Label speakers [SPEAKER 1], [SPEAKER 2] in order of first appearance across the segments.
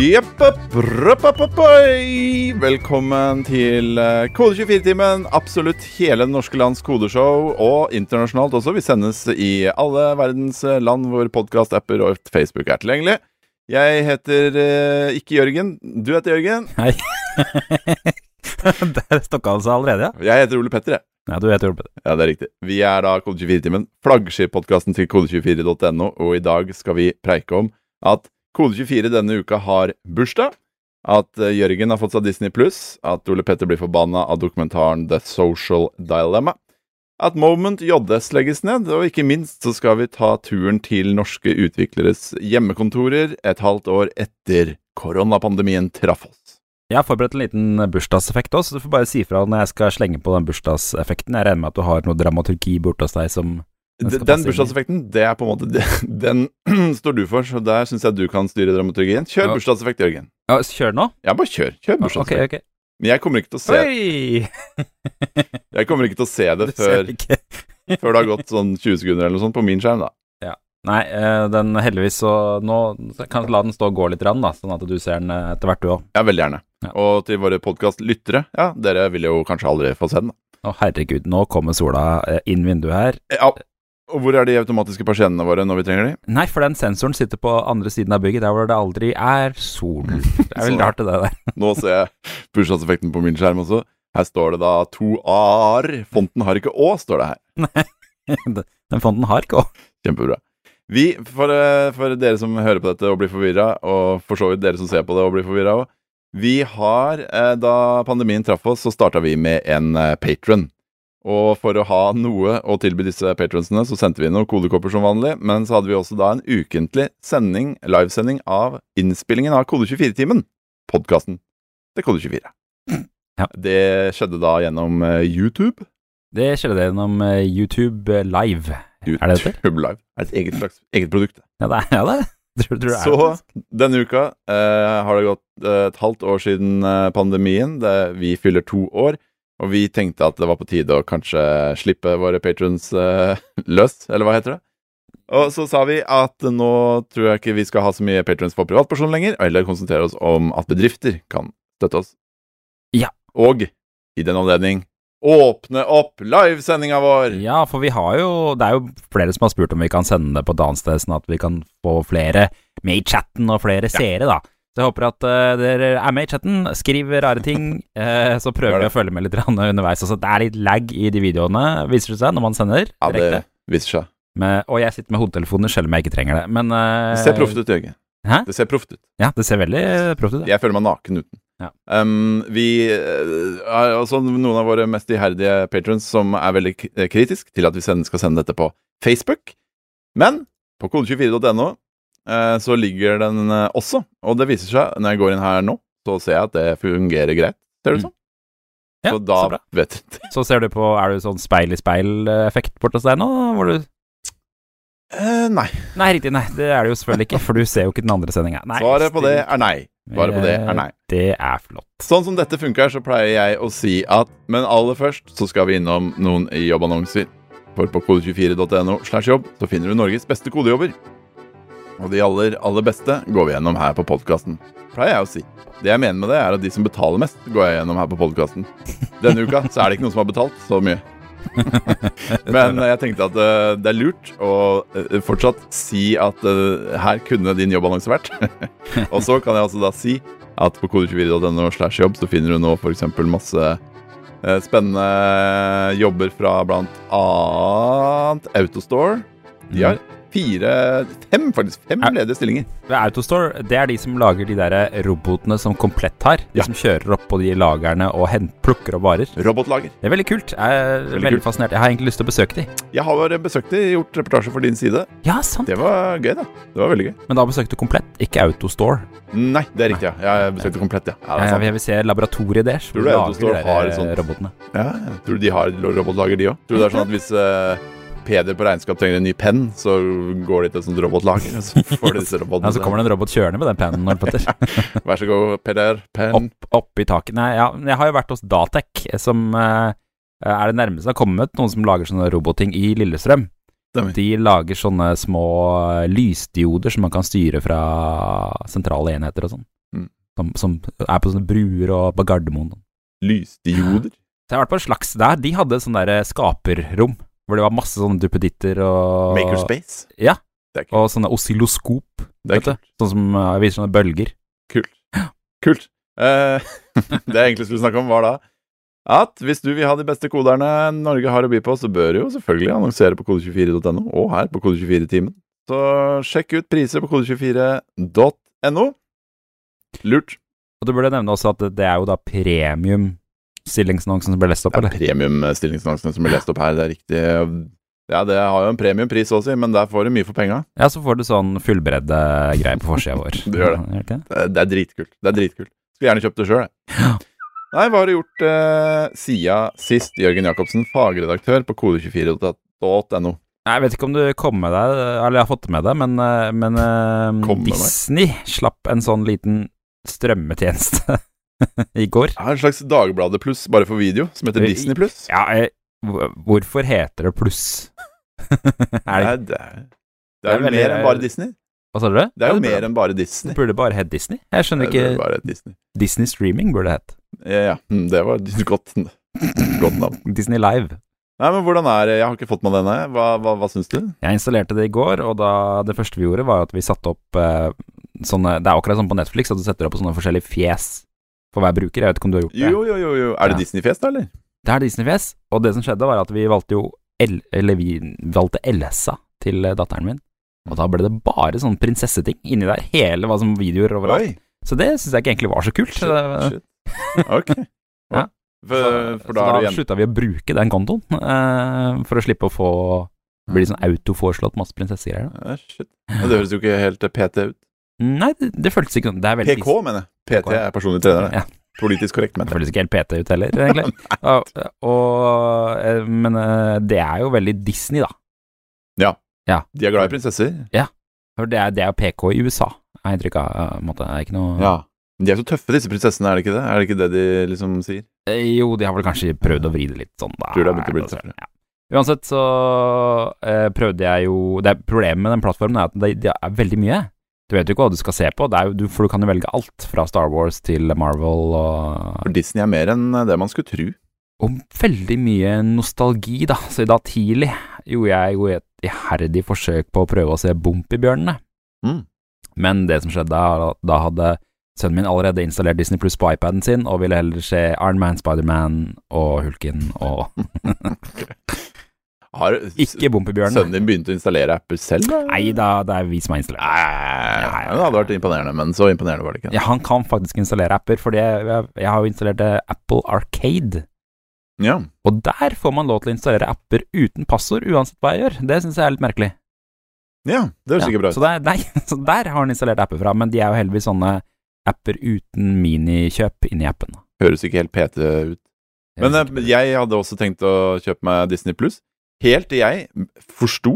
[SPEAKER 1] Jepp, opp, rupp, opp, opp, oi. Velkommen til eh, Kode24-timen. Absolutt hele det norske lands kodeshow, og internasjonalt også. Vi sendes i alle verdens eh, land hvor podkast-apper og Facebook er tilgjengelig. Jeg heter eh, ikke Jørgen. Du heter Jørgen.
[SPEAKER 2] Hei. Der stokka han seg allerede, ja.
[SPEAKER 1] Jeg heter Ole Petter, jeg.
[SPEAKER 2] Ja, du vet jo det.
[SPEAKER 1] Ja, det er riktig. Vi er da Kode24-timen, flaggskippodkasten til kode24.no, og i dag skal vi preike om at Kode24 denne uka har bursdag, at eh, Jørgen har fått seg Disney+, at Ole Petter blir forbanna av dokumentaren The Social Dilemma, at Moment JS legges ned, og ikke minst så skal vi ta turen til norske utvikleres hjemmekontorer et halvt år etter koronapandemien traff oss.
[SPEAKER 2] Jeg har forberedt en liten eh, bursdagseffekt også, så du får bare si fra når jeg skal slenge på den bursdagseffekten. Jeg regner med at du har noe dramaturgi borte hos deg som Den
[SPEAKER 1] Den,
[SPEAKER 2] skal passe
[SPEAKER 1] den
[SPEAKER 2] inn i-
[SPEAKER 1] bursdagseffekten, det er på en måte Den står du for, så der syns jeg du kan styre dramaturgien. Kjør
[SPEAKER 2] Ja.
[SPEAKER 1] bursdagseffekt, Jørgen.
[SPEAKER 2] Ja, så kjør nå.
[SPEAKER 1] Ja, bare kjør. Kjør
[SPEAKER 2] Ok,
[SPEAKER 1] bursdagseffekt.
[SPEAKER 2] ok.
[SPEAKER 1] Men jeg kommer ikke til å se,
[SPEAKER 2] Oi!
[SPEAKER 1] jeg kommer ikke til å se det
[SPEAKER 2] Du ser
[SPEAKER 1] før,
[SPEAKER 2] ikke.
[SPEAKER 1] før det har gått sånn 20 sekunder eller noe sånt på min skjerm, da.
[SPEAKER 2] Nei, eh, den heldigvis så Nå kan jeg la den stå og gå litt, rann, da, sånn at du ser den eh, etter hvert, du òg.
[SPEAKER 1] Ja, veldig gjerne.
[SPEAKER 2] Ja.
[SPEAKER 1] Og til våre podkastlyttere, ja, dere vil jo kanskje aldri få se den, da.
[SPEAKER 2] Å, herregud, nå kommer sola eh, inn vinduet her.
[SPEAKER 1] Ja. Og hvor er de automatiske persiennene våre når vi trenger de?
[SPEAKER 2] Nei, for den sensoren sitter på andre siden av bygget, der hvor det aldri er sol. Det er
[SPEAKER 1] Sånn.
[SPEAKER 2] vel rart, det der.
[SPEAKER 1] Nå ser jeg bursdagseffekten på min skjerm også. Her står det da to a-er. Fonten har ikke å, står det her.
[SPEAKER 2] Den den fonten har ikke å.
[SPEAKER 1] Kjempebra. Vi, for, eh, for dere som hører på dette og blir forvirra, og for så vidt dere som ser på det og blir forvirra òg Vi har, eh, da pandemien traff oss, så starta vi med en patron. Og for å ha noe å tilby disse patronsene, så sendte vi noen kodekopper som vanlig. Men så hadde vi også da en ukentlig sending, livesending av innspillingen av Kode24-timen. Podkasten til Kode24.
[SPEAKER 2] Ja.
[SPEAKER 1] Det skjedde da gjennom eh, YouTube.
[SPEAKER 2] Det skjedde det gjennom eh, YouTube Live.
[SPEAKER 1] YouTube
[SPEAKER 2] Er det det
[SPEAKER 1] Live. Det er et eget, slags, eget produkt.
[SPEAKER 2] Ja, det er ja, det. er- Tror, tror det er
[SPEAKER 1] Så
[SPEAKER 2] det.
[SPEAKER 1] denne uka eh, har det gått eh, et halvt år siden eh, pandemien. Det, vi fyller to år, og vi tenkte at det var på tide å kanskje slippe våre patrons eh, løs, eller hva heter det? Og så sa vi at nå tror jeg ikke vi skal ha så mye patrons for privatpersoner lenger, eller konsentrere oss om at bedrifter kan støtte oss.
[SPEAKER 2] Ja.
[SPEAKER 1] Og i den anledning åpne opp livesendinga vår!
[SPEAKER 2] Ja, for vi har jo Det er jo flere som har spurt om vi kan sende det på et annet sted, sånn at vi kan få flere med i chatten og flere seere, da. Så jeg håper at eh, dere er med i chatten, skriver rare ting, eh, så prøver
[SPEAKER 1] Gjør
[SPEAKER 2] vi
[SPEAKER 1] det.
[SPEAKER 2] å følge med litt grann underveis. Altså, det er litt lag i de videoene, viser det seg, når man sender
[SPEAKER 1] Ja, det
[SPEAKER 2] direkte.
[SPEAKER 1] viser seg.
[SPEAKER 2] Men- og jeg sitter med hodetelefoner selv om jeg ikke trenger det, men eh,
[SPEAKER 1] Det ser proft ut, Jørgen.
[SPEAKER 2] Hæ?
[SPEAKER 1] Det ser proft ut.
[SPEAKER 2] Ja, det ser veldig eh, proft ut. ja.
[SPEAKER 1] Jeg føler meg naken uten.
[SPEAKER 2] Ja.
[SPEAKER 1] Um, vi eh, er også noen av våre mest iherdige patrons som er veldig k- eh, kritisk til at vi send, skal sende dette på Facebook. Men på kode24.no eh, så ligger den eh, også, og det viser seg når jeg går inn her nå, så ser jeg at det fungerer greit, ser det ut som.
[SPEAKER 2] Mm. Ja,
[SPEAKER 1] så da
[SPEAKER 2] så bra.
[SPEAKER 1] vet du det.
[SPEAKER 2] Så ser du på Er du sånn speil-i-speil-effekt borte hos deg nå? Hvor du
[SPEAKER 1] Eh, nei.
[SPEAKER 2] Nei, riktig. Nei, det er det jo selvfølgelig ikke, for du ser jo ikke den andre sendinga. Nei, Eh,
[SPEAKER 1] Svaret på det er nei. Svaret på det er nei.
[SPEAKER 2] Det er flott.
[SPEAKER 1] Sånn som dette funker, så pleier jeg å si at Men aller først så skal vi innom noen jobbannonser. For på kode24.no slash jobb så finner du Norges beste kodejobber. Og de aller, aller beste går vi gjennom her på podkasten. Pleier jeg å si. Det jeg mener med det, er at de som betaler mest, går jeg gjennom her på podkasten. Denne uka så er det ikke noen som har betalt så mye. Men jeg tenkte at eh, det er lurt å eh, fortsatt si at eh, her kunne din jobbannonse vært. Og så kan jeg altså da si at på kode24.no slash jobb så finner du nå f.eks. masse eh, spennende jobber fra blant annet Autostore. De har fire Fem, faktisk. Fem
[SPEAKER 2] Er-
[SPEAKER 1] ledige stillinger.
[SPEAKER 2] Ved Autostore, det er de som lager de der eh, robotene som Komplett har. De
[SPEAKER 1] Ja.
[SPEAKER 2] som kjører opp på de lagrene og hen- plukker opp varer.
[SPEAKER 1] Robotlager.
[SPEAKER 2] Det er veldig kult. Jeg er veldig,
[SPEAKER 1] kult.
[SPEAKER 2] fascinert. Jeg har egentlig lyst til å besøke de.
[SPEAKER 1] Jeg har vært- besøkt de, gjort reportasje for din side.
[SPEAKER 2] Ja, sant.
[SPEAKER 1] Det var gøy, da. Det var veldig gøy.
[SPEAKER 2] Men da besøkte du Komplett, ikke Autostore.
[SPEAKER 1] Nei, det er riktig, ja. Jeg besøkte komplett, ja. ja det er
[SPEAKER 2] Jeg
[SPEAKER 1] sant.
[SPEAKER 2] jeg vil se laboratoriet deres.
[SPEAKER 1] Tror
[SPEAKER 2] Hvor
[SPEAKER 1] du
[SPEAKER 2] de lager de
[SPEAKER 1] Autostore har et
[SPEAKER 2] der eh,
[SPEAKER 1] sånt-
[SPEAKER 2] robotene.
[SPEAKER 1] Ja, jeg tror de har robotlager, de òg. Tror du det er sånn at hvis eh, Peder på regnskap trenger en ny penn, så går de til et sånt robotlager, og så får de disse robotene.
[SPEAKER 2] Ja, så kommer det en robot kjørende med den pennen, Ole Petter.
[SPEAKER 1] Vær så god, Peder. Penn.
[SPEAKER 2] opp, opp i taket. Nei, ja, men jeg har jo vært hos Datec, som eh, er det nærmeste det har kommet noen som lager sånne robotting i Lillestrøm.
[SPEAKER 1] Stemmer.
[SPEAKER 2] De lager sånne små eh, lysdioder som man kan styre fra sentrale enheter og sånn.
[SPEAKER 1] Mm.
[SPEAKER 2] Som, som er på sånne bruer og på Gardermoen.
[SPEAKER 1] Lysdioder?
[SPEAKER 2] Så jeg har vært på en slags der. De hadde sånn der skaperrom, hvor det var masse sånne duppeditter og
[SPEAKER 1] Makerspace?
[SPEAKER 2] Ja.
[SPEAKER 1] Det er kult.
[SPEAKER 2] Og sånne oscilloskop,
[SPEAKER 1] Det er
[SPEAKER 2] vet du. Sånn som eh, viser sånne bølger.
[SPEAKER 1] Kult. Eh, det jeg egentlig skulle snakke om, var da at hvis du vil ha de beste koderne Norge har å by på, så bør du jo selvfølgelig annonsere på kode24.no, og her på kode24-timen. Så sjekk ut priser på kode24.no. Lurt.
[SPEAKER 2] Og du burde nevne også at det er jo da premium-stillingsannonsen som ble lest opp,
[SPEAKER 1] Det er
[SPEAKER 2] eller?
[SPEAKER 1] premiumstillingsannonsene som blir lest opp her, det er riktig. Ja, det har jo en premiumpris å si, men der får du mye for penga.
[SPEAKER 2] Ja, så får du sånn fullbredde greier på forsida vår.
[SPEAKER 1] Du gjør
[SPEAKER 2] det. ikke det?
[SPEAKER 1] Eh, Det er dritkult. Det er dritkult. Skulle gjerne kjøpt det sjøl, jeg. Nei, hva har du gjort eh, siden sist, Jørgen Jacobsen, fagredaktør på kode24.no?
[SPEAKER 2] Nei, Jeg vet ikke om du kom med deg, eller jeg har fått det med deg, men, eh, men eh,
[SPEAKER 1] Kom med meg.
[SPEAKER 2] Disney slapp en sånn liten strømmetjeneste i går.
[SPEAKER 1] Jeg har en slags Dagbladet pluss bare for video, som heter
[SPEAKER 2] Oi.
[SPEAKER 1] Disney pluss.
[SPEAKER 2] Ja, jeg, hvor- hvorfor heter det pluss? er det,
[SPEAKER 1] Nei, det er, det er
[SPEAKER 2] Det er
[SPEAKER 1] jo
[SPEAKER 2] veldig-
[SPEAKER 1] mer enn bare Disney.
[SPEAKER 2] hva sa du?
[SPEAKER 1] Det er jo mer enn bare Disney.
[SPEAKER 2] Burde bare hett Disney? Jeg skjønner
[SPEAKER 1] Det er
[SPEAKER 2] ikke
[SPEAKER 1] bare Disney.
[SPEAKER 2] Disney Streaming burde det hett.
[SPEAKER 1] Ja, ja. Mm, Det var et godt, godt navn.
[SPEAKER 2] Disney Live.
[SPEAKER 1] Nei, men hvordan er det? Jeg har ikke fått med denne. Hva, hva, hva syns du?
[SPEAKER 2] Jeg installerte det i går, og da det første vi gjorde, var at vi satte opp eh, sånne Det er akkurat sånn på Netflix at du setter opp sånne forskjellige fjes for hver bruker. Jeg vet ikke om du har gjort det?
[SPEAKER 1] Jo, jo, jo. jo. Er det
[SPEAKER 2] Ja.
[SPEAKER 1] Disney-fest, da, eller?
[SPEAKER 2] Det er Disney-fjes, og det som skjedde, var at vi valgte jo El Eller vi valgte Elsa til eh, datteren min. Og da ble det bare sånn prinsesseting inni der. Hele hva som videoer overalt.
[SPEAKER 1] Oi.
[SPEAKER 2] Så det syns jeg ikke egentlig var så kult.
[SPEAKER 1] Shit,
[SPEAKER 2] Det-
[SPEAKER 1] shit. Ok.
[SPEAKER 2] Ja.
[SPEAKER 1] For, for da
[SPEAKER 2] så
[SPEAKER 1] er du
[SPEAKER 2] da
[SPEAKER 1] igjen
[SPEAKER 2] slutta vi å bruke den kontoen, eh, for å slippe å få bli sånn autoforeslått masse prinsessegreier. da.
[SPEAKER 1] Ja, Shit. Ja, Det høres jo ikke helt eh, PT ut.
[SPEAKER 2] Nei, det, det føltes ikke sånn. Det er veldig
[SPEAKER 1] PK, mener jeg. PT er personlig trener. det.
[SPEAKER 2] Ja,
[SPEAKER 1] Politisk korrekt,
[SPEAKER 2] det
[SPEAKER 1] mener jeg.
[SPEAKER 2] føltes ikke helt PT ut heller, egentlig. og, og, eh, men eh, det er jo veldig Disney, da.
[SPEAKER 1] De er glad i prinsesser.
[SPEAKER 2] For det er, det er jo PK i USA, har jeg inntrykk av. eh, på en måte. Det er Ikke noe
[SPEAKER 1] Men De er så tøffe, disse prinsessene, er det ikke det? Er det ikke det de liksom sier?
[SPEAKER 2] Eh, Jo, de har vel kanskje prøvd å vri det litt sånn, da.
[SPEAKER 1] Tror det har begynt å bli litt tøffere.
[SPEAKER 2] Ja. Uansett så eh, prøvde jeg jo det er Problemet med den plattformen er at det, det er veldig mye. Du vet jo ikke hva du skal se på, det er jo, du, for du kan jo velge alt fra Star Wars til Marvel og,
[SPEAKER 1] For Disney er mer enn eh, det man skulle tro.
[SPEAKER 2] og veldig mye nostalgi, da. Så i dag tidlig gjorde jeg jo et iherdig forsøk på å prøve å se Bompibjørnene.
[SPEAKER 1] Mm.
[SPEAKER 2] Men det som skjedde, er at da hadde sønnen min allerede installert Disney Plus på iPaden sin, og ville heller se Iron Man, Spiderman og Hulken og
[SPEAKER 1] Har
[SPEAKER 2] Ikke Bompibjørnen.
[SPEAKER 1] sønnen din begynt å installere apper selv? da?
[SPEAKER 2] Nei da, det er vi som har installert.
[SPEAKER 1] Nei, Det hadde vært imponerende, men så imponerende var det ikke.
[SPEAKER 2] Ja, han kan faktisk installere apper, Fordi jeg, jeg, jeg har jo installert eh, Apple Arcade.
[SPEAKER 1] Ja.
[SPEAKER 2] Og der får man lov til å installere apper uten passord, uansett hva jeg gjør. Det syns jeg er litt merkelig.
[SPEAKER 1] ja det høres
[SPEAKER 2] Ja,
[SPEAKER 1] ikke bra ut.
[SPEAKER 2] Så der, nei, så der har han installert apper fra, men de er jo heldigvis sånne apper uten minikjøp inni appen.
[SPEAKER 1] Høres ikke helt PT ut. Men eh, jeg hadde også tenkt å kjøpe meg Disney Pluss. Helt til jeg forsto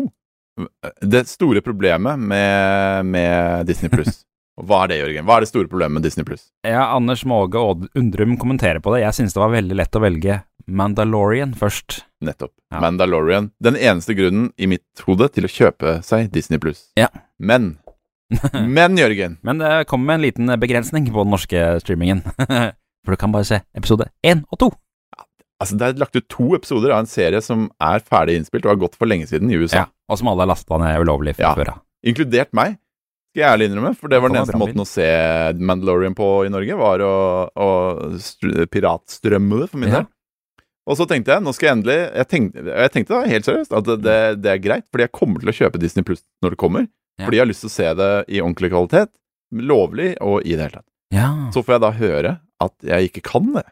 [SPEAKER 1] eh, det store problemet med, med Disney Pluss. Og Hva er det, Jørgen? Hva er det store problemet med Disney Pluss?
[SPEAKER 2] Ja, Anders Måge Odd Undrum kommenterer på det. Jeg syns det var veldig lett å velge Mandalorian først.
[SPEAKER 1] Nettopp.
[SPEAKER 2] Ja.
[SPEAKER 1] Mandalorian. Den eneste grunnen i mitt hode til å kjøpe seg Disney Pluss.
[SPEAKER 2] Ja.
[SPEAKER 1] Men Men, Jørgen!
[SPEAKER 2] Men det kommer med en liten eh, begrensning på den norske streamingen. For du kan bare se episode én og to.
[SPEAKER 1] Altså, det er lagt ut to episoder av en serie som er ferdig innspilt og har gått for lenge siden i USA.
[SPEAKER 2] Ja, og som alle har lasta ned ulovlig
[SPEAKER 1] Ja.
[SPEAKER 2] fra før av.
[SPEAKER 1] Inkludert meg, skal jeg ærlig innrømme. For det var den
[SPEAKER 2] Kom og
[SPEAKER 1] eneste
[SPEAKER 2] bra
[SPEAKER 1] måten å se Mandalorian på i Norge, var å, å str- piratstrømme det, for min
[SPEAKER 2] Ja.
[SPEAKER 1] del. Og så tenkte jeg nå skal jeg endelig Jeg tenkte, jeg tenkte da, helt seriøst at det, det er greit, fordi jeg kommer til å kjøpe Disney Pluss når det kommer.
[SPEAKER 2] Ja.
[SPEAKER 1] Fordi jeg har lyst til å se det i ordentlig kvalitet, lovlig og i det hele tatt.
[SPEAKER 2] Ja.
[SPEAKER 1] Så får jeg da høre at jeg ikke kan det.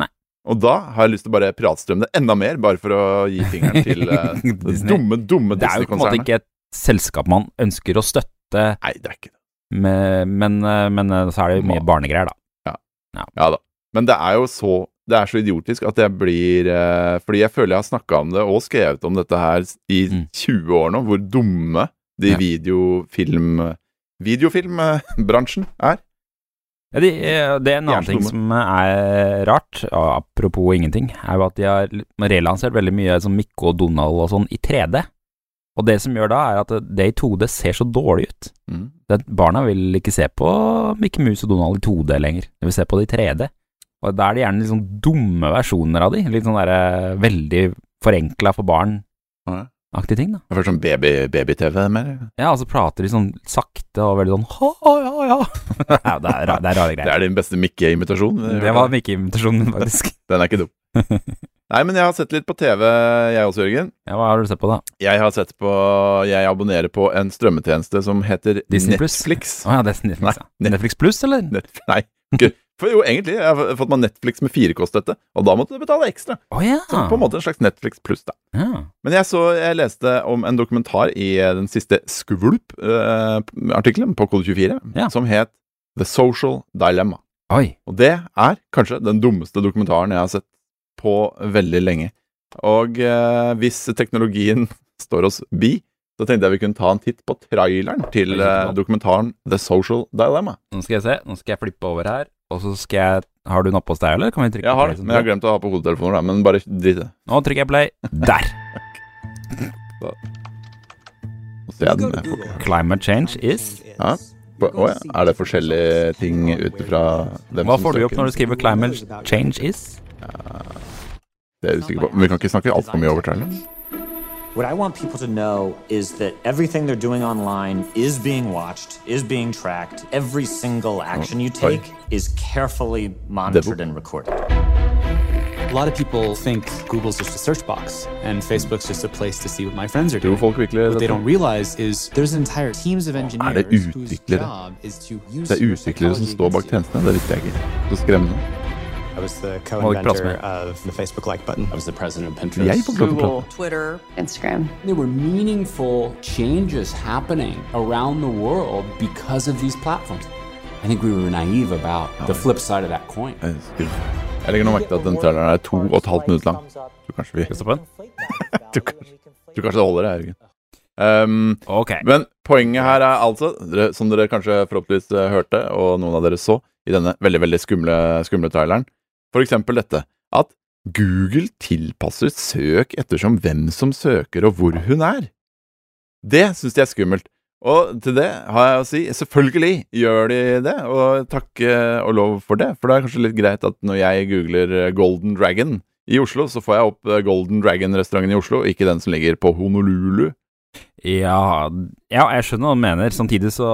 [SPEAKER 2] Nei.
[SPEAKER 1] Og da har jeg lyst til å bare piratstrømme det enda mer, bare for å gi fingeren til eh, det
[SPEAKER 2] Disney.
[SPEAKER 1] dumme, dumme
[SPEAKER 2] Det er jo på en måte
[SPEAKER 1] Disney-konsernet.
[SPEAKER 2] ikke et selskap man ønsker å støtte,
[SPEAKER 1] Nei, det er ikke det.
[SPEAKER 2] med, men, eh, men eh, så er det jo mye barnegreier, da.
[SPEAKER 1] Ja da. Men det er jo så det er så idiotisk at jeg blir eh, Fordi jeg føler jeg har snakka om det og skrevet om dette her i
[SPEAKER 2] Mm.
[SPEAKER 1] 20 år nå, hvor dumme de
[SPEAKER 2] Ja.
[SPEAKER 1] videofilm... Videofilmbransjen er.
[SPEAKER 2] Ja, de, eh, det er en annen
[SPEAKER 1] Jernstomme.
[SPEAKER 2] ting som eh, er rart, og apropos ingenting, er jo at de har relansert veldig mye som Mikke og Donald og sånn i 3D. Og det som gjør da, er at det i 2D ser så dårlig ut.
[SPEAKER 1] Mm.
[SPEAKER 2] Det, barna vil ikke se på Mikke Mus og Donald i 2D lenger. De vil se på det i 3D. Og da er det gjerne litt sånn dumme versjoner av de. Litt sånn derre veldig forenkla for barn-aktige
[SPEAKER 1] Ja.
[SPEAKER 2] ting, da.
[SPEAKER 1] Det er først sånn baby- baby-TV, mer.
[SPEAKER 2] Ja, og så prater de sånn sakte og veldig sånn ha, ja, ja. ja det, er, ra- det er rare
[SPEAKER 1] Det
[SPEAKER 2] greier.
[SPEAKER 1] er din beste Mikke-imitasjon.
[SPEAKER 2] Det var Mikke-invitasjonen, min, faktisk.
[SPEAKER 1] Den er ikke dum. Nei, men jeg har sett litt på TV, jeg også, Jørgen.
[SPEAKER 2] Ja, hva har du sett på, da?
[SPEAKER 1] Jeg har sett på Jeg abonnerer på en strømmetjeneste som heter
[SPEAKER 2] Disney Plus?
[SPEAKER 1] Netflix.
[SPEAKER 2] Å ja, det er Netflix,
[SPEAKER 1] Nei,
[SPEAKER 2] ja. Netflix Pluss, eller? Å
[SPEAKER 1] Net nei. ikke- For jo, egentlig. Jeg har fått meg Netflix med firekoststøtte, og da måtte du betale ekstra.
[SPEAKER 2] ja.
[SPEAKER 1] Så på en måte en slags Netflix pluss, da.
[SPEAKER 2] Ja.
[SPEAKER 1] Men jeg så Jeg leste om en dokumentar i eh, den siste Skvulp-artikkelen på Kode 24,
[SPEAKER 2] Ja.
[SPEAKER 1] som het The Social Dilemma.
[SPEAKER 2] Oi.
[SPEAKER 1] Og det er kanskje den dummeste dokumentaren jeg har sett på veldig lenge. Og eh, hvis teknologien står oss bi, så tenkte jeg vi kunne ta en titt på traileren til eh, dokumentaren The Social Dilemma.
[SPEAKER 2] Nå skal jeg se. Nå skal jeg flippe over her, og så skal jeg Har du den oppe hos deg, eller? Kan vi trykke
[SPEAKER 1] Jeg har
[SPEAKER 2] play
[SPEAKER 1] det,
[SPEAKER 2] som
[SPEAKER 1] men jeg har
[SPEAKER 2] du-
[SPEAKER 1] glemt å ha på hodetelefoner, da, men bare drit i det.
[SPEAKER 2] Nå trykker jeg play. Der!
[SPEAKER 1] Så ser jeg den med på.
[SPEAKER 2] Climate change is
[SPEAKER 1] Ja. På, å, ja. Er det forskjellige ting ut ifra hvem
[SPEAKER 2] Hva får du opp når du
[SPEAKER 1] søker?
[SPEAKER 2] skriver climate change is?
[SPEAKER 1] Det er jeg usikker på. Men vi kan ikke snakke altfor mye over traileren.
[SPEAKER 3] What I want people to know is that everything they're doing online is being watched, is being tracked. Every single action you
[SPEAKER 1] sorry.
[SPEAKER 3] take is carefully monitored and recorded.
[SPEAKER 4] A lot of people think Google's just a search box and Facebook's just a place to see what my friends are
[SPEAKER 1] Tror
[SPEAKER 4] doing.
[SPEAKER 1] folk virkelig
[SPEAKER 4] What they
[SPEAKER 1] dette?
[SPEAKER 4] don't realize is there's entire teams of engineers whose
[SPEAKER 1] er utviklere?
[SPEAKER 4] job is to use
[SPEAKER 1] Det er
[SPEAKER 4] your
[SPEAKER 1] utviklere som
[SPEAKER 4] technology
[SPEAKER 1] står bak
[SPEAKER 4] against you.
[SPEAKER 1] tjenestene, det visste jeg ikke. Så skremmende.
[SPEAKER 5] I was the
[SPEAKER 2] press me.
[SPEAKER 5] co-inventor of the Facebook like button.
[SPEAKER 3] was the president of
[SPEAKER 1] Jeg får ikke lov til å prate.
[SPEAKER 6] Twitter, Instagram.
[SPEAKER 7] There were meaningful changes happening around the world because of these platforms. I think we were naive about the flip side of that coin.
[SPEAKER 1] Jeg husker. Jeg legger nå merke til at den traileren er to og et halvt minutt lang. Tror kanskje vi
[SPEAKER 2] Skal vi stoppe
[SPEAKER 1] tror kanskje, tror kanskje det holder, det, Jørgen. Um,
[SPEAKER 2] Ok.
[SPEAKER 1] men poenget her er altså, dere, som dere kanskje forhåpentligvis eh, hørte, og noen av dere så i denne veldig veldig skumle, skumle traileren, for eksempel dette at Google tilpasser søk ettersom hvem som søker og hvor hun er. Det syns de er skummelt. Og til det har jeg å si selvfølgelig gjør de det, og takk eh, og lov for det. For det er kanskje litt greit at når jeg googler eh, Golden Dragon i Oslo, så får jeg opp eh, Golden Dragon-restauranten i Oslo, ikke den som ligger på Honolulu.
[SPEAKER 2] Ja, ja, jeg skjønner hva du mener. Samtidig så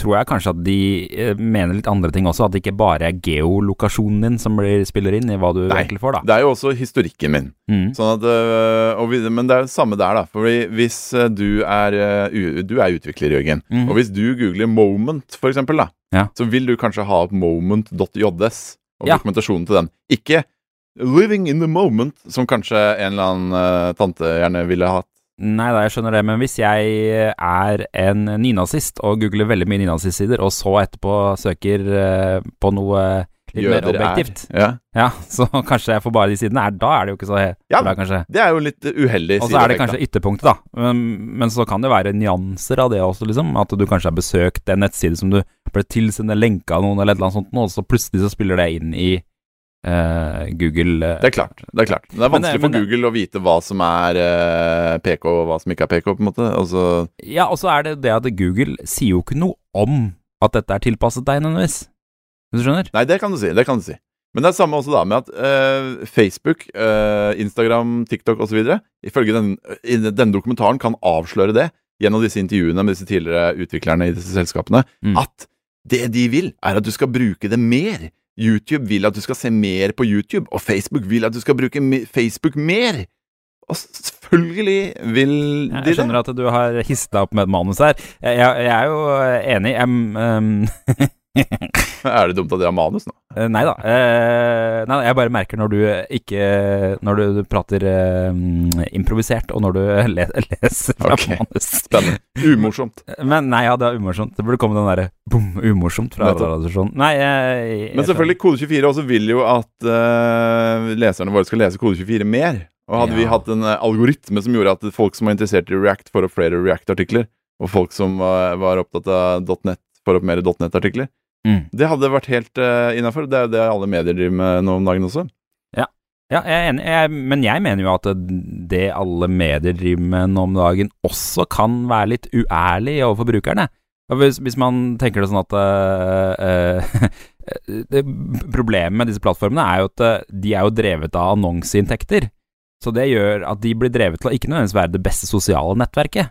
[SPEAKER 2] tror jeg kanskje at de eh, mener litt andre ting også. At det ikke bare er geolokasjonen din som blir, spiller inn i hva du
[SPEAKER 1] Nei,
[SPEAKER 2] egentlig får, da.
[SPEAKER 1] Det er jo også historikken min.
[SPEAKER 2] Mm.
[SPEAKER 1] Sånn at, øh, og vi, men det er det samme der, da. Fordi hvis øh, du er, øh, u- du er utvikler, Jørgen,
[SPEAKER 2] Mhm.
[SPEAKER 1] og hvis du googler Moment, for eksempel, da,
[SPEAKER 2] Ja.
[SPEAKER 1] så vil du kanskje ha opp moment.js og
[SPEAKER 2] Ja.
[SPEAKER 1] dokumentasjonen til den. Ikke Living in the moment, som kanskje en eller annen øh, tante gjerne ville hatt.
[SPEAKER 2] Nei da, jeg skjønner det, men hvis jeg er en nynazist og googler veldig mye nynazistsider, og så etterpå søker eh, på noe litt mer
[SPEAKER 1] Jøder er.
[SPEAKER 2] objektivt,
[SPEAKER 1] Ja.
[SPEAKER 2] ja, så kanskje jeg får bare de sidene her. Da er det jo ikke så he-
[SPEAKER 1] Ja.
[SPEAKER 2] bra, kanskje.
[SPEAKER 1] Det er jo litt øh, uheldig.
[SPEAKER 2] Og så er
[SPEAKER 1] sideeffekt,
[SPEAKER 2] det
[SPEAKER 1] da.
[SPEAKER 2] kanskje ytterpunktet, da. Men, men så kan det være nyanser av det også, liksom. At du kanskje har besøkt en nettside som du ble tilsendt en lenke av noen, eller et eller annet sånt, nå, og så plutselig så spiller det inn i eh, Google. eh,
[SPEAKER 1] Det er klart. Det er klart. Det er
[SPEAKER 2] Men det-
[SPEAKER 1] vanskelig
[SPEAKER 2] men
[SPEAKER 1] for
[SPEAKER 2] det-
[SPEAKER 1] Google å vite hva som er øh, PK og hva som ikke er PK, på en måte. Altså,
[SPEAKER 2] Ja, og så er det det at Google sier jo ikke noe om at dette er tilpasset deg nødvendigvis. Du skjønner?
[SPEAKER 1] Nei, det kan du si. det kan du si Men det er samme også da med at eh, Facebook, eh, Instagram, TikTok osv. ifølge den, eh, i denne dokumentaren kan avsløre det gjennom disse intervjuene med disse tidligere utviklerne i disse selskapene,
[SPEAKER 2] Mm.
[SPEAKER 1] at det de vil, er at du skal bruke det mer. YouTube vil at du skal se mer på YouTube, og Facebook vil at du skal bruke me- Facebook mer. Og s- selvfølgelig vil
[SPEAKER 2] Jeg
[SPEAKER 1] de
[SPEAKER 2] jeg skjønner
[SPEAKER 1] det.
[SPEAKER 2] at du har hisset deg opp med et manus her. Jeg, jeg, jeg er jo enig. Jeg, mm,
[SPEAKER 1] Er det dumt at de har manus nå?
[SPEAKER 2] eh, nei da. Eh, nei, jeg bare merker når du ikke Når du prater eh, improvisert, og når du le, leser fra
[SPEAKER 1] Ok.
[SPEAKER 2] manus.
[SPEAKER 1] Spennende. Umorsomt.
[SPEAKER 2] Men nei, ja, det er umorsomt. Det burde komme den derre bom, umorsomt fra
[SPEAKER 1] Nettopp.
[SPEAKER 2] radiostasjonen. Nei, jeg, jeg,
[SPEAKER 1] Men selvfølgelig, Kode24 også vil jo at eh, leserne våre skal lese Kode24 mer. Og hadde
[SPEAKER 2] Ja.
[SPEAKER 1] vi hatt en eh, algoritme som gjorde at folk som var interessert i React, får opp flere React-artikler, og folk som var, var opptatt av .net, får opp mer .net-artikler,
[SPEAKER 2] Mm.
[SPEAKER 1] eh, det hadde vært helt uh, innafor. Det er jo det alle medier driver med nå om dagen også.
[SPEAKER 2] Ja. Ja, jeg er enig, jeg, men jeg mener jo at det alle medier driver med nå om dagen, også kan være litt uærlig overfor brukerne. Og Hvis, hvis man tenker det sånn at øh, øh, det, Problemet med disse plattformene er jo at øh, de er jo drevet av annonseinntekter. Så det gjør at de blir drevet til å ikke nødvendigvis være det beste sosiale nettverket.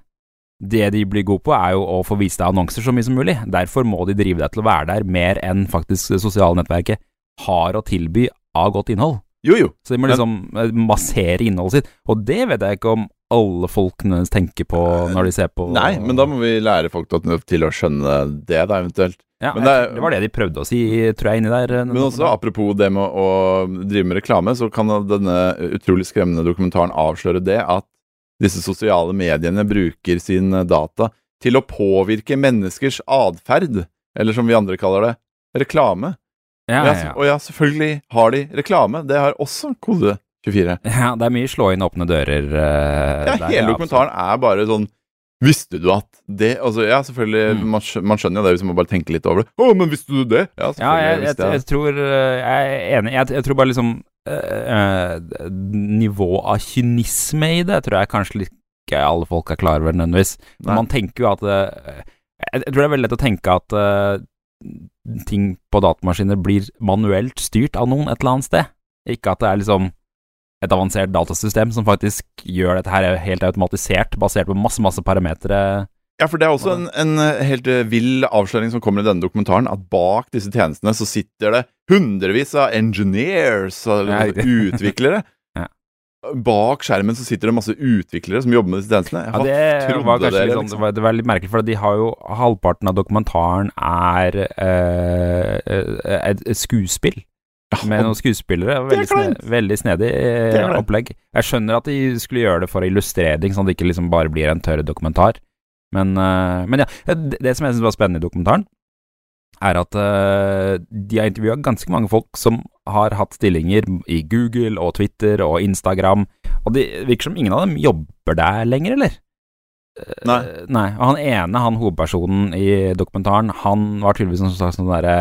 [SPEAKER 2] Det de blir gode på, er jo å få vist deg annonser så mye som mulig. Derfor må de drive deg til å være der mer enn faktisk det sosiale nettverket har å tilby av godt innhold.
[SPEAKER 1] Jo, jo.
[SPEAKER 2] Så de må
[SPEAKER 1] Men-
[SPEAKER 2] liksom eh, massere innholdet sitt. Og det vet jeg ikke om alle folk nødvendigvis tenker på når de ser på
[SPEAKER 1] Nei, men da må vi lære folk til å- til å skjønne det, da, eventuelt.
[SPEAKER 2] ja,
[SPEAKER 1] men
[SPEAKER 2] jeg
[SPEAKER 1] det er-
[SPEAKER 2] tror det var det de prøvde å si, tror jeg, inni der. eh,
[SPEAKER 1] Men også apropos det med å drive med reklame, så kan denne utrolig skremmende dokumentaren avsløre det at disse sosiale mediene bruker sin data til å påvirke menneskers atferd, eller som vi andre kaller det, reklame.
[SPEAKER 2] ja,
[SPEAKER 1] Og
[SPEAKER 2] ja,
[SPEAKER 1] ja, s-
[SPEAKER 2] ja.
[SPEAKER 1] Og ja, selvfølgelig har de reklame. Det har også kode 24.
[SPEAKER 2] ja, det er mye slå inn åpne dører. eh,
[SPEAKER 1] Ja,
[SPEAKER 2] der,
[SPEAKER 1] hele dokumentaren er bare sånn Visste du at det Altså, ja, selvfølgelig, man, skj- man skjønner jo det hvis man bare tenker litt over det. Å, men visste du det? Ja,
[SPEAKER 2] Ja,
[SPEAKER 1] selvfølgelig
[SPEAKER 2] jeg, jeg,
[SPEAKER 1] visste jeg
[SPEAKER 2] jeg
[SPEAKER 1] det.
[SPEAKER 2] tror eh, Jeg er enig. Jeg, jeg tror bare liksom eh, eh, Nivå av kynisme i det tror jeg kanskje litt- ikke alle folk er klar over nødvendigvis.
[SPEAKER 1] Nei.
[SPEAKER 2] Men man tenker jo at eh, Jeg jeg tror det er veldig lett å tenke at eh, ting på datamaskiner blir manuelt styrt av noen et eller annet sted. Ikke at det er liksom et avansert datasystem som faktisk gjør dette her helt automatisert, basert på masse, masse parametere.
[SPEAKER 1] Ja, for det er også en, en helt eh, vill avsløring som kommer i denne dokumentaren, at bak disse tjenestene så sitter det hundrevis av engineers,
[SPEAKER 2] Ja,
[SPEAKER 1] eller
[SPEAKER 2] riktig.
[SPEAKER 1] utviklere.
[SPEAKER 2] Ja.
[SPEAKER 1] Bak skjermen så sitter det masse utviklere som jobber med disse tjenestene.
[SPEAKER 2] Ja,
[SPEAKER 1] Hva
[SPEAKER 2] det
[SPEAKER 1] trodde liksom.
[SPEAKER 2] var kanskje
[SPEAKER 1] dere,
[SPEAKER 2] litt sånn, det, var, det var litt merkelig, for de har jo halvparten av dokumentaren er eh, eh, et, et skuespill. Med noen skuespillere. og
[SPEAKER 1] Det er
[SPEAKER 2] Veldig, sne,
[SPEAKER 1] kleint.
[SPEAKER 2] veldig snedig eh,
[SPEAKER 1] Det er kleint.
[SPEAKER 2] opplegg. Jeg skjønner at de skulle gjøre det for illustrering, sånn at det ikke liksom bare blir en tørr dokumentar. Men, eh, men ja, det, det som jeg syns var spennende i dokumentaren, er at eh, de har intervjua ganske mange folk som har hatt stillinger i Google og Twitter og Instagram, og det virker som ingen av dem jobber der lenger, eller?
[SPEAKER 1] Nei.
[SPEAKER 2] Eh, Nei, og han ene, han hovedpersonen i dokumentaren, han var tydeligvis en slags sånn derre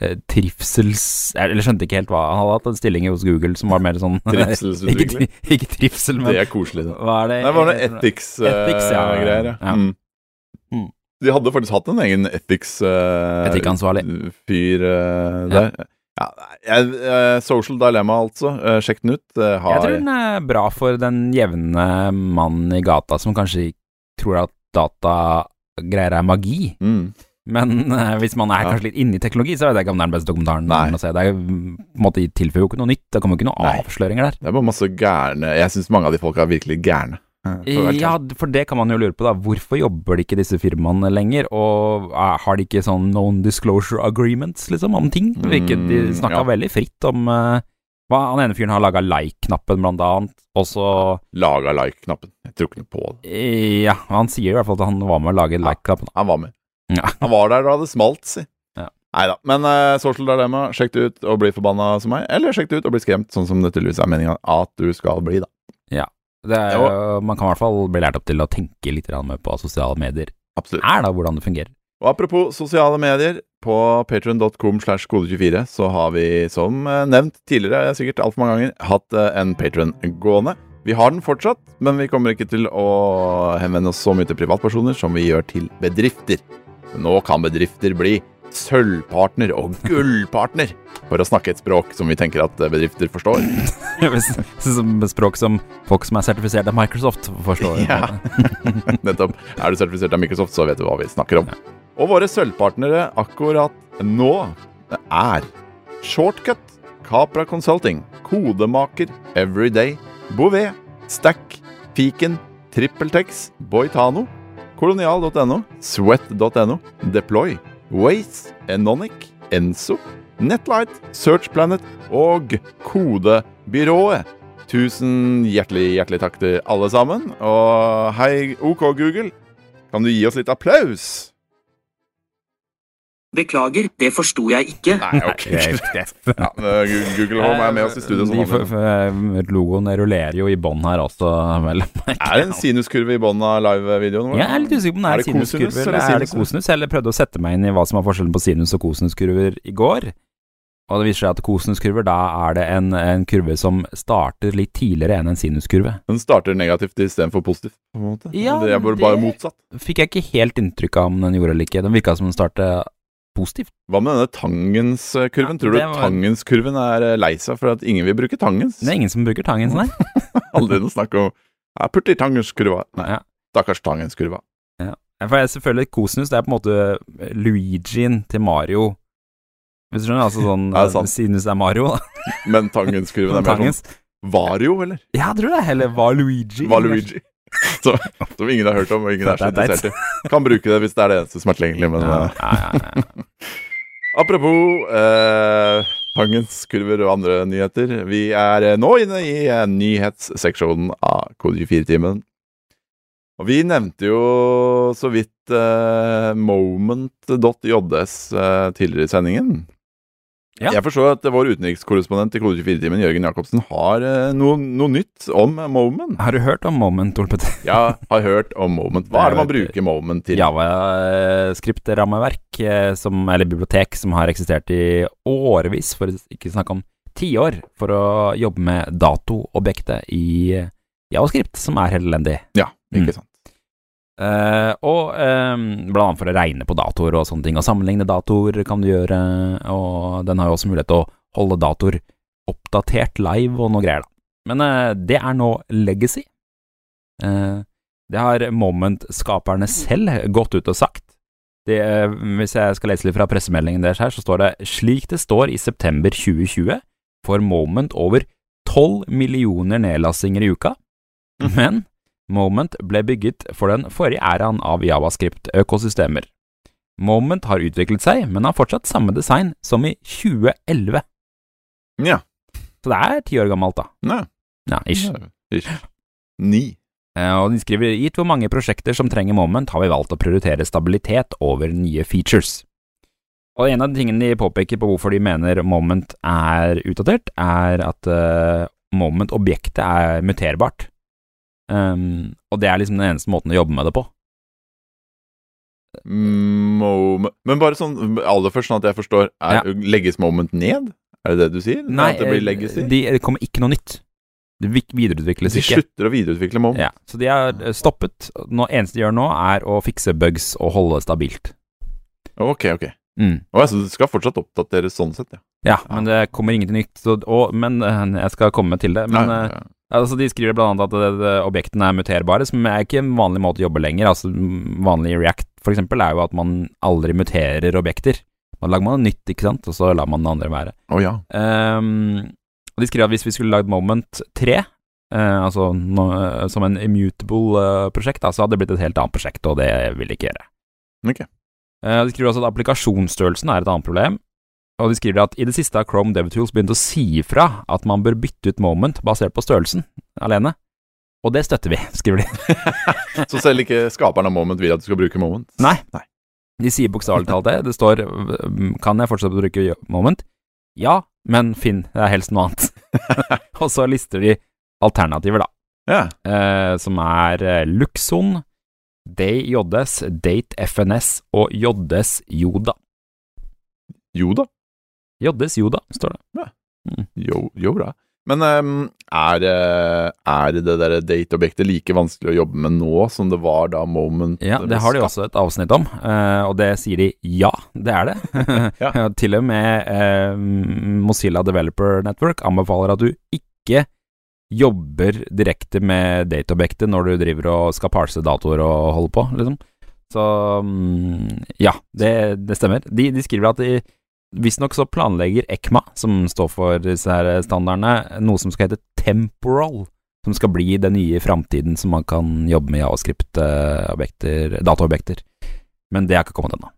[SPEAKER 2] eh, trivsels... Eller skjønte ikke helt hva Han hadde hatt en stilling hos Google som var mer sånn ikke,
[SPEAKER 1] Trivselsutvikler.
[SPEAKER 2] tri- ikke trivsel, men
[SPEAKER 1] Det er koselig, det.
[SPEAKER 2] hva er det
[SPEAKER 1] Nei, det var noe ethics-greier,
[SPEAKER 2] Ethics, ja.
[SPEAKER 1] ja.
[SPEAKER 2] Ja.
[SPEAKER 1] eh, Mm.
[SPEAKER 2] Mm.
[SPEAKER 1] De hadde faktisk hatt en egen ethics-fyr
[SPEAKER 2] Etikkansvarlig.
[SPEAKER 1] eh, der. Ja, jeg- eh, social Dilemma, altså. Eh, sjekk den ut. Det har
[SPEAKER 2] Jeg tror den er bra for den jevne mannen i gata som kanskje ikke tror at datagreier er magi.
[SPEAKER 1] mm.
[SPEAKER 2] Men eh, hvis man er
[SPEAKER 1] Ja.
[SPEAKER 2] kanskje litt inne i teknologi, så vet jeg ikke om det er den beste dokumentaren
[SPEAKER 1] Nei.
[SPEAKER 2] å se. Det er, jo, mm, på en måte, tilfører jo ikke noe nytt. Det kommer jo ikke noen
[SPEAKER 1] Nei.
[SPEAKER 2] avsløringer der.
[SPEAKER 1] Det er bare masse gærne Jeg syns mange av de folka er virkelig gærne. For å være
[SPEAKER 2] Ja, for det kan man jo lure på, da. Hvorfor jobber de ikke disse firmaene lenger? Og eh, har de ikke sånn known disclosure agreements, liksom, om ting? Hvilket de
[SPEAKER 1] Mm, ja.
[SPEAKER 2] snakka veldig fritt om. eh, hva, han ene fyren har laga like-knappen, blant annet. Og så
[SPEAKER 1] sånn, Laga like-knappen. Jeg tror ikke noe på det.
[SPEAKER 2] eh, Ja, han sier i hvert fall at han var med å lage like-knappen.
[SPEAKER 1] Han var med.
[SPEAKER 2] Ja.
[SPEAKER 1] Han var der da det smalt, si.
[SPEAKER 2] Ja.
[SPEAKER 1] Nei da. Men eh, Social Dilemma, sjekk det ut og bli forbanna som meg. Eller sjekk det ut og bli skremt, sånn som det tydeligvis er meninga at du skal bli, da.
[SPEAKER 2] Det er,
[SPEAKER 1] Jo.
[SPEAKER 2] jo- man kan i hvert fall bli lært opp til å tenke litt grann med på hva sosiale medier
[SPEAKER 1] Absolutt.
[SPEAKER 2] er, da, hvordan det fungerer.
[SPEAKER 1] Og apropos sosiale medier. På patreon.com slash kode24 så har vi, som eh, nevnt tidligere, sikkert altfor mange ganger, hatt eh, en patron gående. Vi har den fortsatt, men vi kommer ikke til å henvende oss så mye til privatpersoner som vi gjør til bedrifter. Nå kan bedrifter bli sølvpartner og gullpartner, for å snakke et språk som vi tenker at eh, bedrifter forstår.
[SPEAKER 2] Hvis- som Språk som folk som er sertifisert av Microsoft, forstår.
[SPEAKER 1] Ja. Nettopp. Er du sertifisert av Microsoft, så vet du hva vi snakker om. Og våre sølvpartnere akkurat nå er Shortcut, Capra Consulting, Kodemaker, Everyday, Bouvet, Stack, Fiken, TrippelTex, Boitano, kolonial.no, sweat.no, Deploy, Waze, Enonic, Enso, Netlight, Searchplanet og Kodebyrået. Tusen hjertelig, hjertelig takk til alle sammen. Og hei, OK Google, kan du gi oss litt applaus?
[SPEAKER 6] Beklager, det forsto jeg ikke.
[SPEAKER 1] Nei, ok. Ja, Gu- Google Home er med oss i studio.
[SPEAKER 2] Eh, De
[SPEAKER 1] Som
[SPEAKER 2] f-
[SPEAKER 1] vanlig.
[SPEAKER 2] f- logoen rullerer jo i bånn her også, vel.
[SPEAKER 1] er det en sinuskurve i bånn av live-videoen vår?
[SPEAKER 2] Jeg er litt usikker på om det
[SPEAKER 1] Er
[SPEAKER 2] er,
[SPEAKER 1] det kosinus
[SPEAKER 2] sinuskurver
[SPEAKER 1] eller
[SPEAKER 2] eller er det
[SPEAKER 1] sinus?
[SPEAKER 2] kosinus. Jeg prøvde å sette meg inn i hva som er forskjellen på sinus og kosinuskurver i går. Og det viser seg at kosinuskurver, da er det en, en kurve som starter litt tidligere enn en sinuskurve.
[SPEAKER 1] Den starter negativt istedenfor positivt. på en måte.
[SPEAKER 2] Ja,
[SPEAKER 1] det er bare, bare
[SPEAKER 2] det-
[SPEAKER 1] motsatt.
[SPEAKER 2] Fikk jeg ikke helt inntrykk av om den gjorde eller ikke. Den virka som den startet positivt.
[SPEAKER 1] Hva med denne tangenskurven?
[SPEAKER 2] Ja,
[SPEAKER 1] Tror du
[SPEAKER 2] det var-
[SPEAKER 1] tangenskurven er eh, lei seg for at ingen vil bruke tangens?
[SPEAKER 2] Det er ingen som bruker tangens, nei.
[SPEAKER 1] Aldri noe snakk om ja, Putt i tangenskurva. Nei,
[SPEAKER 2] Ja.
[SPEAKER 1] stakkars tangenskurva.
[SPEAKER 2] For jeg selvfølgelig kosinus, det er på en måte eh, Luigien til Mario. Hvis du skjønner, altså sånn
[SPEAKER 1] Ja, det er sant.
[SPEAKER 2] sinus er Mario, da.
[SPEAKER 1] Men tangenskurven er mer sånn
[SPEAKER 2] Tangens.
[SPEAKER 1] Vario, eller?
[SPEAKER 2] Ja, jeg tror det. Eller var Luigi.
[SPEAKER 1] Valuigi. Som, som ingen har hørt om, og ingen er så
[SPEAKER 2] Det er teit.
[SPEAKER 1] interessert i. Kan bruke det hvis det er det eneste som er tilgjengelig, men
[SPEAKER 2] Ja,
[SPEAKER 1] eh,
[SPEAKER 2] ja, ja, ja.
[SPEAKER 1] Apropos eh, tangenskurver og andre nyheter. Vi er eh, nå inne i eh, nyhetsseksjonen av Kode 24-timen. Og vi nevnte jo så vidt eh, moment.js eh, tidligere i sendingen.
[SPEAKER 2] Ja.
[SPEAKER 1] Jeg forstår at vår utenrikskorrespondent i Kode 24-timen, Jørgen Jacobsen, har eh, noe, noe nytt om eh, Moment.
[SPEAKER 2] Har du hørt om Moment, Ole Petter?
[SPEAKER 1] Jeg har hørt om Moment. Hva er det man bruker Moment til?
[SPEAKER 2] Javascript-rammeverk, eh, som- eller bibliotek, som har eksistert i årevis, for ikke å snakke om tiår, for å jobbe med datoobjektet i eh, Javascript, som er helt elendig.
[SPEAKER 1] Ja,
[SPEAKER 2] Mm.
[SPEAKER 1] ikke sant.
[SPEAKER 2] Eh, og eh, blant annet for å regne på datoer og sånne ting, og sammenligne datoer kan du gjøre, og den har jo også mulighet til å holde datoer oppdatert live og noe greier, da. Men eh, det er nå legacy. Eh, det har Moment-skaperne selv gått ut og sagt. Det, eh, hvis jeg skal lese litt fra pressemeldingen deres her, så står det slik det står i september 2020, får Moment over 12 millioner nedlastinger i uka, men Moment ble bygget for den forrige æraen av Javascript-økosystemer. Moment har utviklet seg, men har fortsatt samme design som i 2011.
[SPEAKER 1] Ja.
[SPEAKER 2] Så det er ti år gammelt, da.
[SPEAKER 1] Nei.
[SPEAKER 2] Ja, ish.
[SPEAKER 1] Ish. Ni.
[SPEAKER 2] Eh, Og de skriver gitt hvor mange prosjekter som trenger Moment, har vi valgt å prioritere stabilitet over nye features. Og en av de tingene de påpeker på hvorfor de mener Moment er utdatert, er at eh, Moment-objektet er muterbart. Um, og det er liksom den eneste måten å jobbe med det på.
[SPEAKER 1] Moment Men bare sånn aller først, sånn at jeg forstår. Er, Legges moment ned? Er det det du sier?
[SPEAKER 2] Nei, eh,
[SPEAKER 1] at det blir legacy?
[SPEAKER 2] de, det kommer ikke noe nytt. Det vik- videreutvikles
[SPEAKER 1] de
[SPEAKER 2] ikke.
[SPEAKER 1] slutter å videreutvikle moment?
[SPEAKER 2] Ja, så de har eh, stoppet. Nå, eneste de gjør nå, er å fikse bugs og holde det stabilt.
[SPEAKER 1] Ok, ok. Å, ja, så det skal fortsatt oppdateres sånn sett, Mm. ja.
[SPEAKER 2] Ja, men det kommer ingenting nytt. Så, og, men eh, jeg skal komme til det. Men
[SPEAKER 1] Ja,
[SPEAKER 2] eh,
[SPEAKER 1] ja, ja.
[SPEAKER 2] altså, de skriver blant annet at det, det, objektene er muterbare, som er ikke en vanlig måte å jobbe lenger. Altså, m- vanlig i React for eksempel er jo at man aldri muterer objekter. Da lager man noe nytt, ikke sant, og så lar man det andre være.
[SPEAKER 1] Å, ja.
[SPEAKER 2] Ehm, og de skriver at hvis vi skulle lagd Moment 3, eh, altså nå- eh, som en immutable eh, prosjekt, da, så hadde det blitt et helt annet prosjekt, og det vil de ikke gjøre.
[SPEAKER 1] Ok.
[SPEAKER 2] Eh, de skriver også at applikasjonsstørrelsen er et annet problem, og de skriver at i det siste har Chrome DevTools begynt å si ifra at man bør bytte ut Moment basert på størrelsen alene. Og det støtter vi, skriver de.
[SPEAKER 1] Så selv ikke skaperen av moment vil at du skal bruke moment?
[SPEAKER 2] Nei. De sier bokstavelig talt det. Det står mm, Kan jeg fortsette å bruke Moment? Ja, men Finn, det er helst noe annet. og så lister de alternativer, da.
[SPEAKER 1] Ja.
[SPEAKER 2] Eh, som er eh, Luxon, DJS, Date FNS og JS Joda.
[SPEAKER 1] Jo da.
[SPEAKER 2] JS Joda, står det.
[SPEAKER 1] Jo, jo da. Men ehm, er, eh, er det der date-objektet like vanskelig å jobbe med nå som det var da moment eh,
[SPEAKER 2] Ja,
[SPEAKER 1] ble
[SPEAKER 2] det har de
[SPEAKER 1] skapt?
[SPEAKER 2] også et avsnitt om, eh, og det sier de ja, det er det.
[SPEAKER 1] Ja.
[SPEAKER 2] Til og med eh, Mozilla Developer Network anbefaler at du ikke jobber direkte med dateobjektet når du driver og skal parse datoer og holder på, liksom. Så mm, ja, det, det stemmer. De, de skriver at de visstnok så planlegger ECMA, som står for disse her standardene, noe som skal hete temporal som skal bli det nye i framtiden som man kan jobbe med javascript-objekter, dataobjekter. Men det har ikke kommet ennå.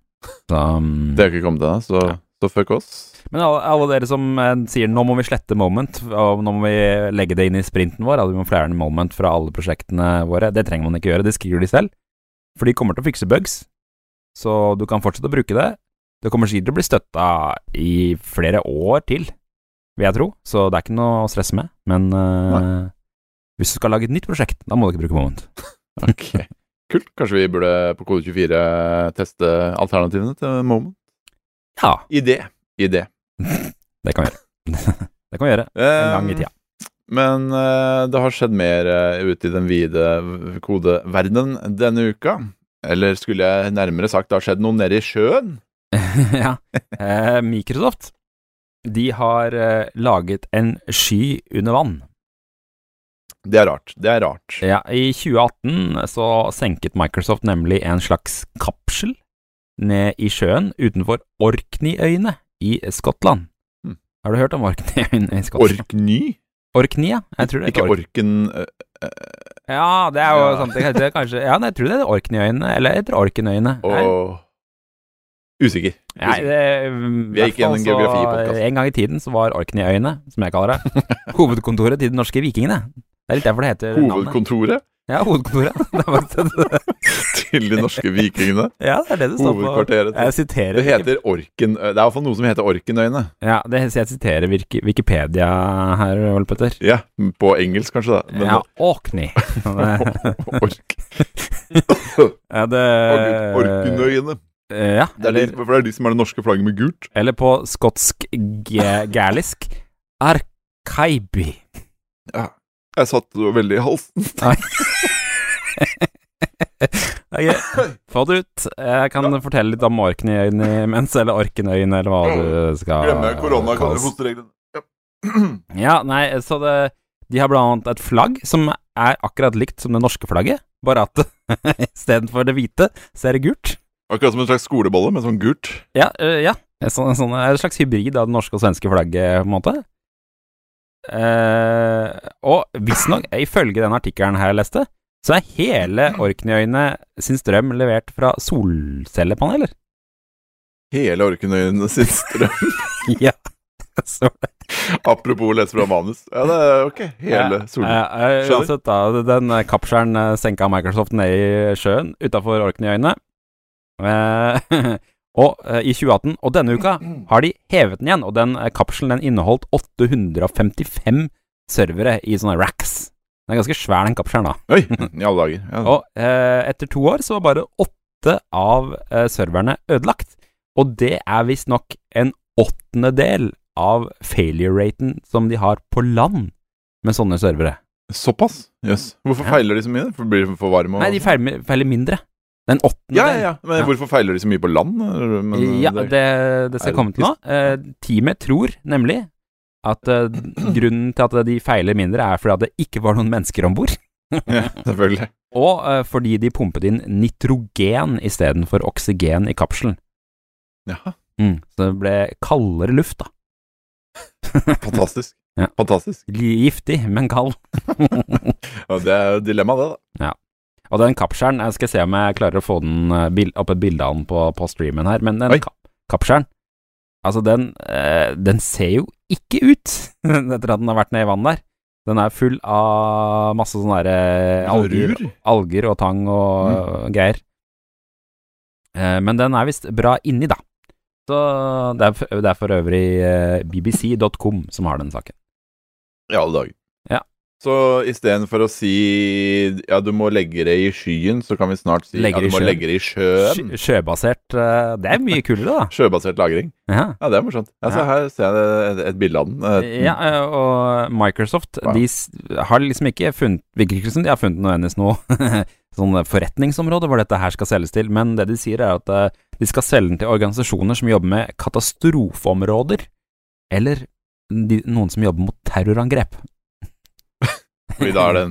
[SPEAKER 2] Så, um,
[SPEAKER 1] Det har ikke kommet ennå, så, så fuck oss.
[SPEAKER 2] Men alle, alle dere som eh, sier 'nå må vi slette Moment', og 'nå må vi legge det inn i sprinten vår', at vi må fjerne Moment fra alle prosjektene våre, det trenger man ikke gjøre, det skriver de selv. For de kommer til å fikse bugs, så du kan fortsette å bruke det. Det kommer sikkert til å bli støtta i flere år til, vil jeg tro, så det er ikke noe å stresse med. Men eh, hvis du skal lage et nytt prosjekt, da må du ikke bruke Moment.
[SPEAKER 1] Ok. Kult. Kanskje vi burde på kode 24 teste alternativene til moment?
[SPEAKER 2] Ja.
[SPEAKER 1] Idé. Idé.
[SPEAKER 2] Det kan vi gjøre. det kan vi gjøre. En gang i tida.
[SPEAKER 1] Ehm, Men eh, det har skjedd mer eh, ute i den vide v- kodeverdenen denne uka. Eller skulle jeg nærmere sagt det har skjedd noe nede i sjøen?
[SPEAKER 2] ja. Eh, Microsoft de har eh, laget en sky under vann.
[SPEAKER 1] Det er rart. Det er rart.
[SPEAKER 2] Ja, I 2018 så senket Microsoft nemlig en slags kapsel ned i sjøen utenfor Orkneyøyene i Skottland.
[SPEAKER 1] Hmm.
[SPEAKER 2] Har du hørt om Orkneyøyene i Skottland?
[SPEAKER 1] Orkny?
[SPEAKER 2] Orkney, ja. Jeg tror det
[SPEAKER 1] Ikke
[SPEAKER 2] heter Ork-
[SPEAKER 1] orken eh,
[SPEAKER 2] Ja, det er jo
[SPEAKER 1] Ja.
[SPEAKER 2] sant. Det heter kanskje Ja, nei, jeg tror det heter Orkneyøyene, eller heter det Orkenøyene.
[SPEAKER 1] og
[SPEAKER 2] Nei.
[SPEAKER 1] Usikker.
[SPEAKER 2] Nei, det,
[SPEAKER 1] Vi er ikke
[SPEAKER 2] i hvert fall
[SPEAKER 1] en
[SPEAKER 2] så-
[SPEAKER 1] geografipodcast.
[SPEAKER 2] En gang i tiden så var Orkneyøyene, som jeg kaller det, hovedkontoret til de norske vikingene. Det er litt derfor det heter navnet.
[SPEAKER 1] Hovedkontoret
[SPEAKER 2] Ja, hovedkontoret. Det var det.
[SPEAKER 1] til de norske vikingene.
[SPEAKER 2] Ja, det er det det står på.
[SPEAKER 1] Hovedkvarteret.
[SPEAKER 2] Jeg
[SPEAKER 1] til-
[SPEAKER 2] siterer
[SPEAKER 1] Det heter Orken... Det er iallfall noe som heter Orkenøyene.
[SPEAKER 2] Ja, det, så jeg siterer Wiki- Wikipedia her, Ole Petter.
[SPEAKER 1] Ja, Mm, på engelsk kanskje, da. Men
[SPEAKER 2] Ja, Orkney. Det-
[SPEAKER 1] ork,
[SPEAKER 2] Ja,
[SPEAKER 1] ork,
[SPEAKER 2] det
[SPEAKER 1] Orkenøyene. Det
[SPEAKER 2] Ja,
[SPEAKER 1] er de,
[SPEAKER 2] Eh, eller,
[SPEAKER 1] for det er de som er det norske flagget med gult.
[SPEAKER 2] eller på skotsk ge- gælisk Arkaibi.
[SPEAKER 1] Jeg satt det veldig i halsen.
[SPEAKER 2] Ok, Få det ut. Jeg kan fortelle litt om Orkneyøyene imens, eller Orkenøyene, eller hva du skal
[SPEAKER 1] Glemme korona,
[SPEAKER 2] kalles.
[SPEAKER 1] hostereglene. Ja.
[SPEAKER 2] Ja, nei, så det De har blant annet et flagg som er akkurat likt som det norske flagget, bare at istedenfor det hvite, så er det gult.
[SPEAKER 1] Akkurat som en slags skolebolle, men sånn gult.
[SPEAKER 2] Ja, øh, ja. En sånn, en sånn, en slags hybrid av det norske og svenske flagget, på en måte. Eh, og visstnok, ifølge den artikkelen her jeg leste, så er hele Orkneyøyene sin strøm levert fra solcellepaneler.
[SPEAKER 1] Hele Orkenøyene sin strøm.
[SPEAKER 2] Ja, så
[SPEAKER 1] Apropos å lese fra manus. Ja, det er ok. Hele solen.
[SPEAKER 2] Eh, eh,
[SPEAKER 1] Skjønner.
[SPEAKER 2] Uansett, da. Den eh, kapselen eh, senka Microsoft ned i sjøen utafor Orkneyøyene. Eh, og eh, i 2018, og denne uka, har de hevet den igjen. Og den eh, kapselen den inneholdt 855 servere i sånne racks. Den er ganske svær, den kapselen, da.
[SPEAKER 1] Oi, i alle dager. Ja.
[SPEAKER 2] Og eh, etter to år så var bare åtte av eh, serverne ødelagt. Og det er visstnok en åttendedel av failure-raten som de har på land med sånne servere.
[SPEAKER 1] Såpass? Jøss. Hvorfor
[SPEAKER 2] Mm. Ja.
[SPEAKER 1] feiler de så mye? For blir de for varme? Og...
[SPEAKER 2] Nei, de feiler, feiler mindre. Den åttende
[SPEAKER 1] ja, ja, ja. Men
[SPEAKER 2] Ja.
[SPEAKER 1] hvorfor feiler de så mye på land? Men, eh,
[SPEAKER 2] ja, det, det skal
[SPEAKER 1] er-
[SPEAKER 2] jeg komme til nå. Eh, teamet tror nemlig at eh, grunnen til at de feiler mindre, er fordi at det ikke var noen mennesker om bord.
[SPEAKER 1] ja, selvfølgelig.
[SPEAKER 2] Og eh, fordi de pumpet inn nitrogen istedenfor oksygen i kapselen.
[SPEAKER 1] Ja,
[SPEAKER 2] Så det ble kaldere luft, da.
[SPEAKER 1] fantastisk.
[SPEAKER 2] Ja.
[SPEAKER 1] Fantastisk.
[SPEAKER 2] Giftig, men kald.
[SPEAKER 1] Ja, det er jo dilemma, det, da.
[SPEAKER 2] Og den kapselen, jeg skal se om jeg klarer å få den eh, bil- opp et bilde av den på, på streamen her, men den
[SPEAKER 1] Oi.
[SPEAKER 2] kap kapselen Altså, den, eh, den ser jo ikke ut etter at den har vært nede i vannet der. Den er full av masse sånne der, eh, alger,
[SPEAKER 1] Rur.
[SPEAKER 2] alger og tang og eh, greier. Eh, men den er visst bra inni, da. Så det er, for- det er for øvrig eh, bbc.com som har den saken.
[SPEAKER 1] I alle dager.
[SPEAKER 2] Ja.
[SPEAKER 1] Så istedenfor å si ja, du må legge det i skyen, så kan vi snart si ja,
[SPEAKER 2] Legge det i
[SPEAKER 1] du må
[SPEAKER 2] sjøen.
[SPEAKER 1] legge det i sjøen.
[SPEAKER 2] Sjø- Sjøbasert, eh, det er mye kulere,
[SPEAKER 1] Sjøbasert lagring.
[SPEAKER 2] da. Ja.
[SPEAKER 1] Ja, det er morsomt. Ja, så
[SPEAKER 2] Ja.
[SPEAKER 1] her ser jeg et, et bilde av den. Eh,
[SPEAKER 2] Ja, eh, og Microsoft
[SPEAKER 1] Wow.
[SPEAKER 2] De s- har liksom ikke funnet Virker ikke som de har funnet nødvendigvis noe sånn forretningsområde hvor dette her skal selges til, men det de sier, er at eh, de skal selge den til organisasjoner som jobber med katastrofeområder, eller de, noen som jobber mot terrorangrep.
[SPEAKER 1] Fordi da er den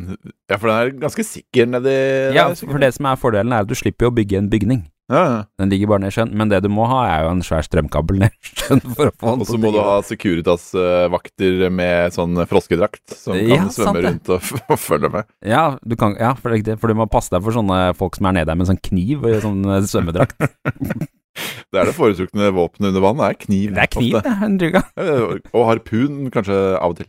[SPEAKER 1] Ja, for den er ganske sikker nedi
[SPEAKER 2] Ja,
[SPEAKER 1] der, sikkert.
[SPEAKER 2] for det som er fordelen, er at du slipper jo å bygge en bygning.
[SPEAKER 1] Ja, ja.
[SPEAKER 2] Den ligger bare ned i sjøen, men det du må ha, er jo en svær strømkabel ned i sjøen for å få den
[SPEAKER 1] Og så
[SPEAKER 2] til å
[SPEAKER 1] må du
[SPEAKER 2] drive.
[SPEAKER 1] ha Securitas-vakter med sånn froskedrakt som kan
[SPEAKER 2] Ja, sant
[SPEAKER 1] svømme
[SPEAKER 2] det.
[SPEAKER 1] rundt og, f- og følge med.
[SPEAKER 2] Ja, du kan, ja for, det, for du må passe deg for sånne folk som er nede der med sånn kniv og sånn eh, svømmedrakt.
[SPEAKER 1] Det er det foretrukne våpenet under vann. Det er kniv.
[SPEAKER 2] Det er kniv,
[SPEAKER 1] ofte.
[SPEAKER 2] det. En druga.
[SPEAKER 1] Ja, Og harpun kanskje av og til.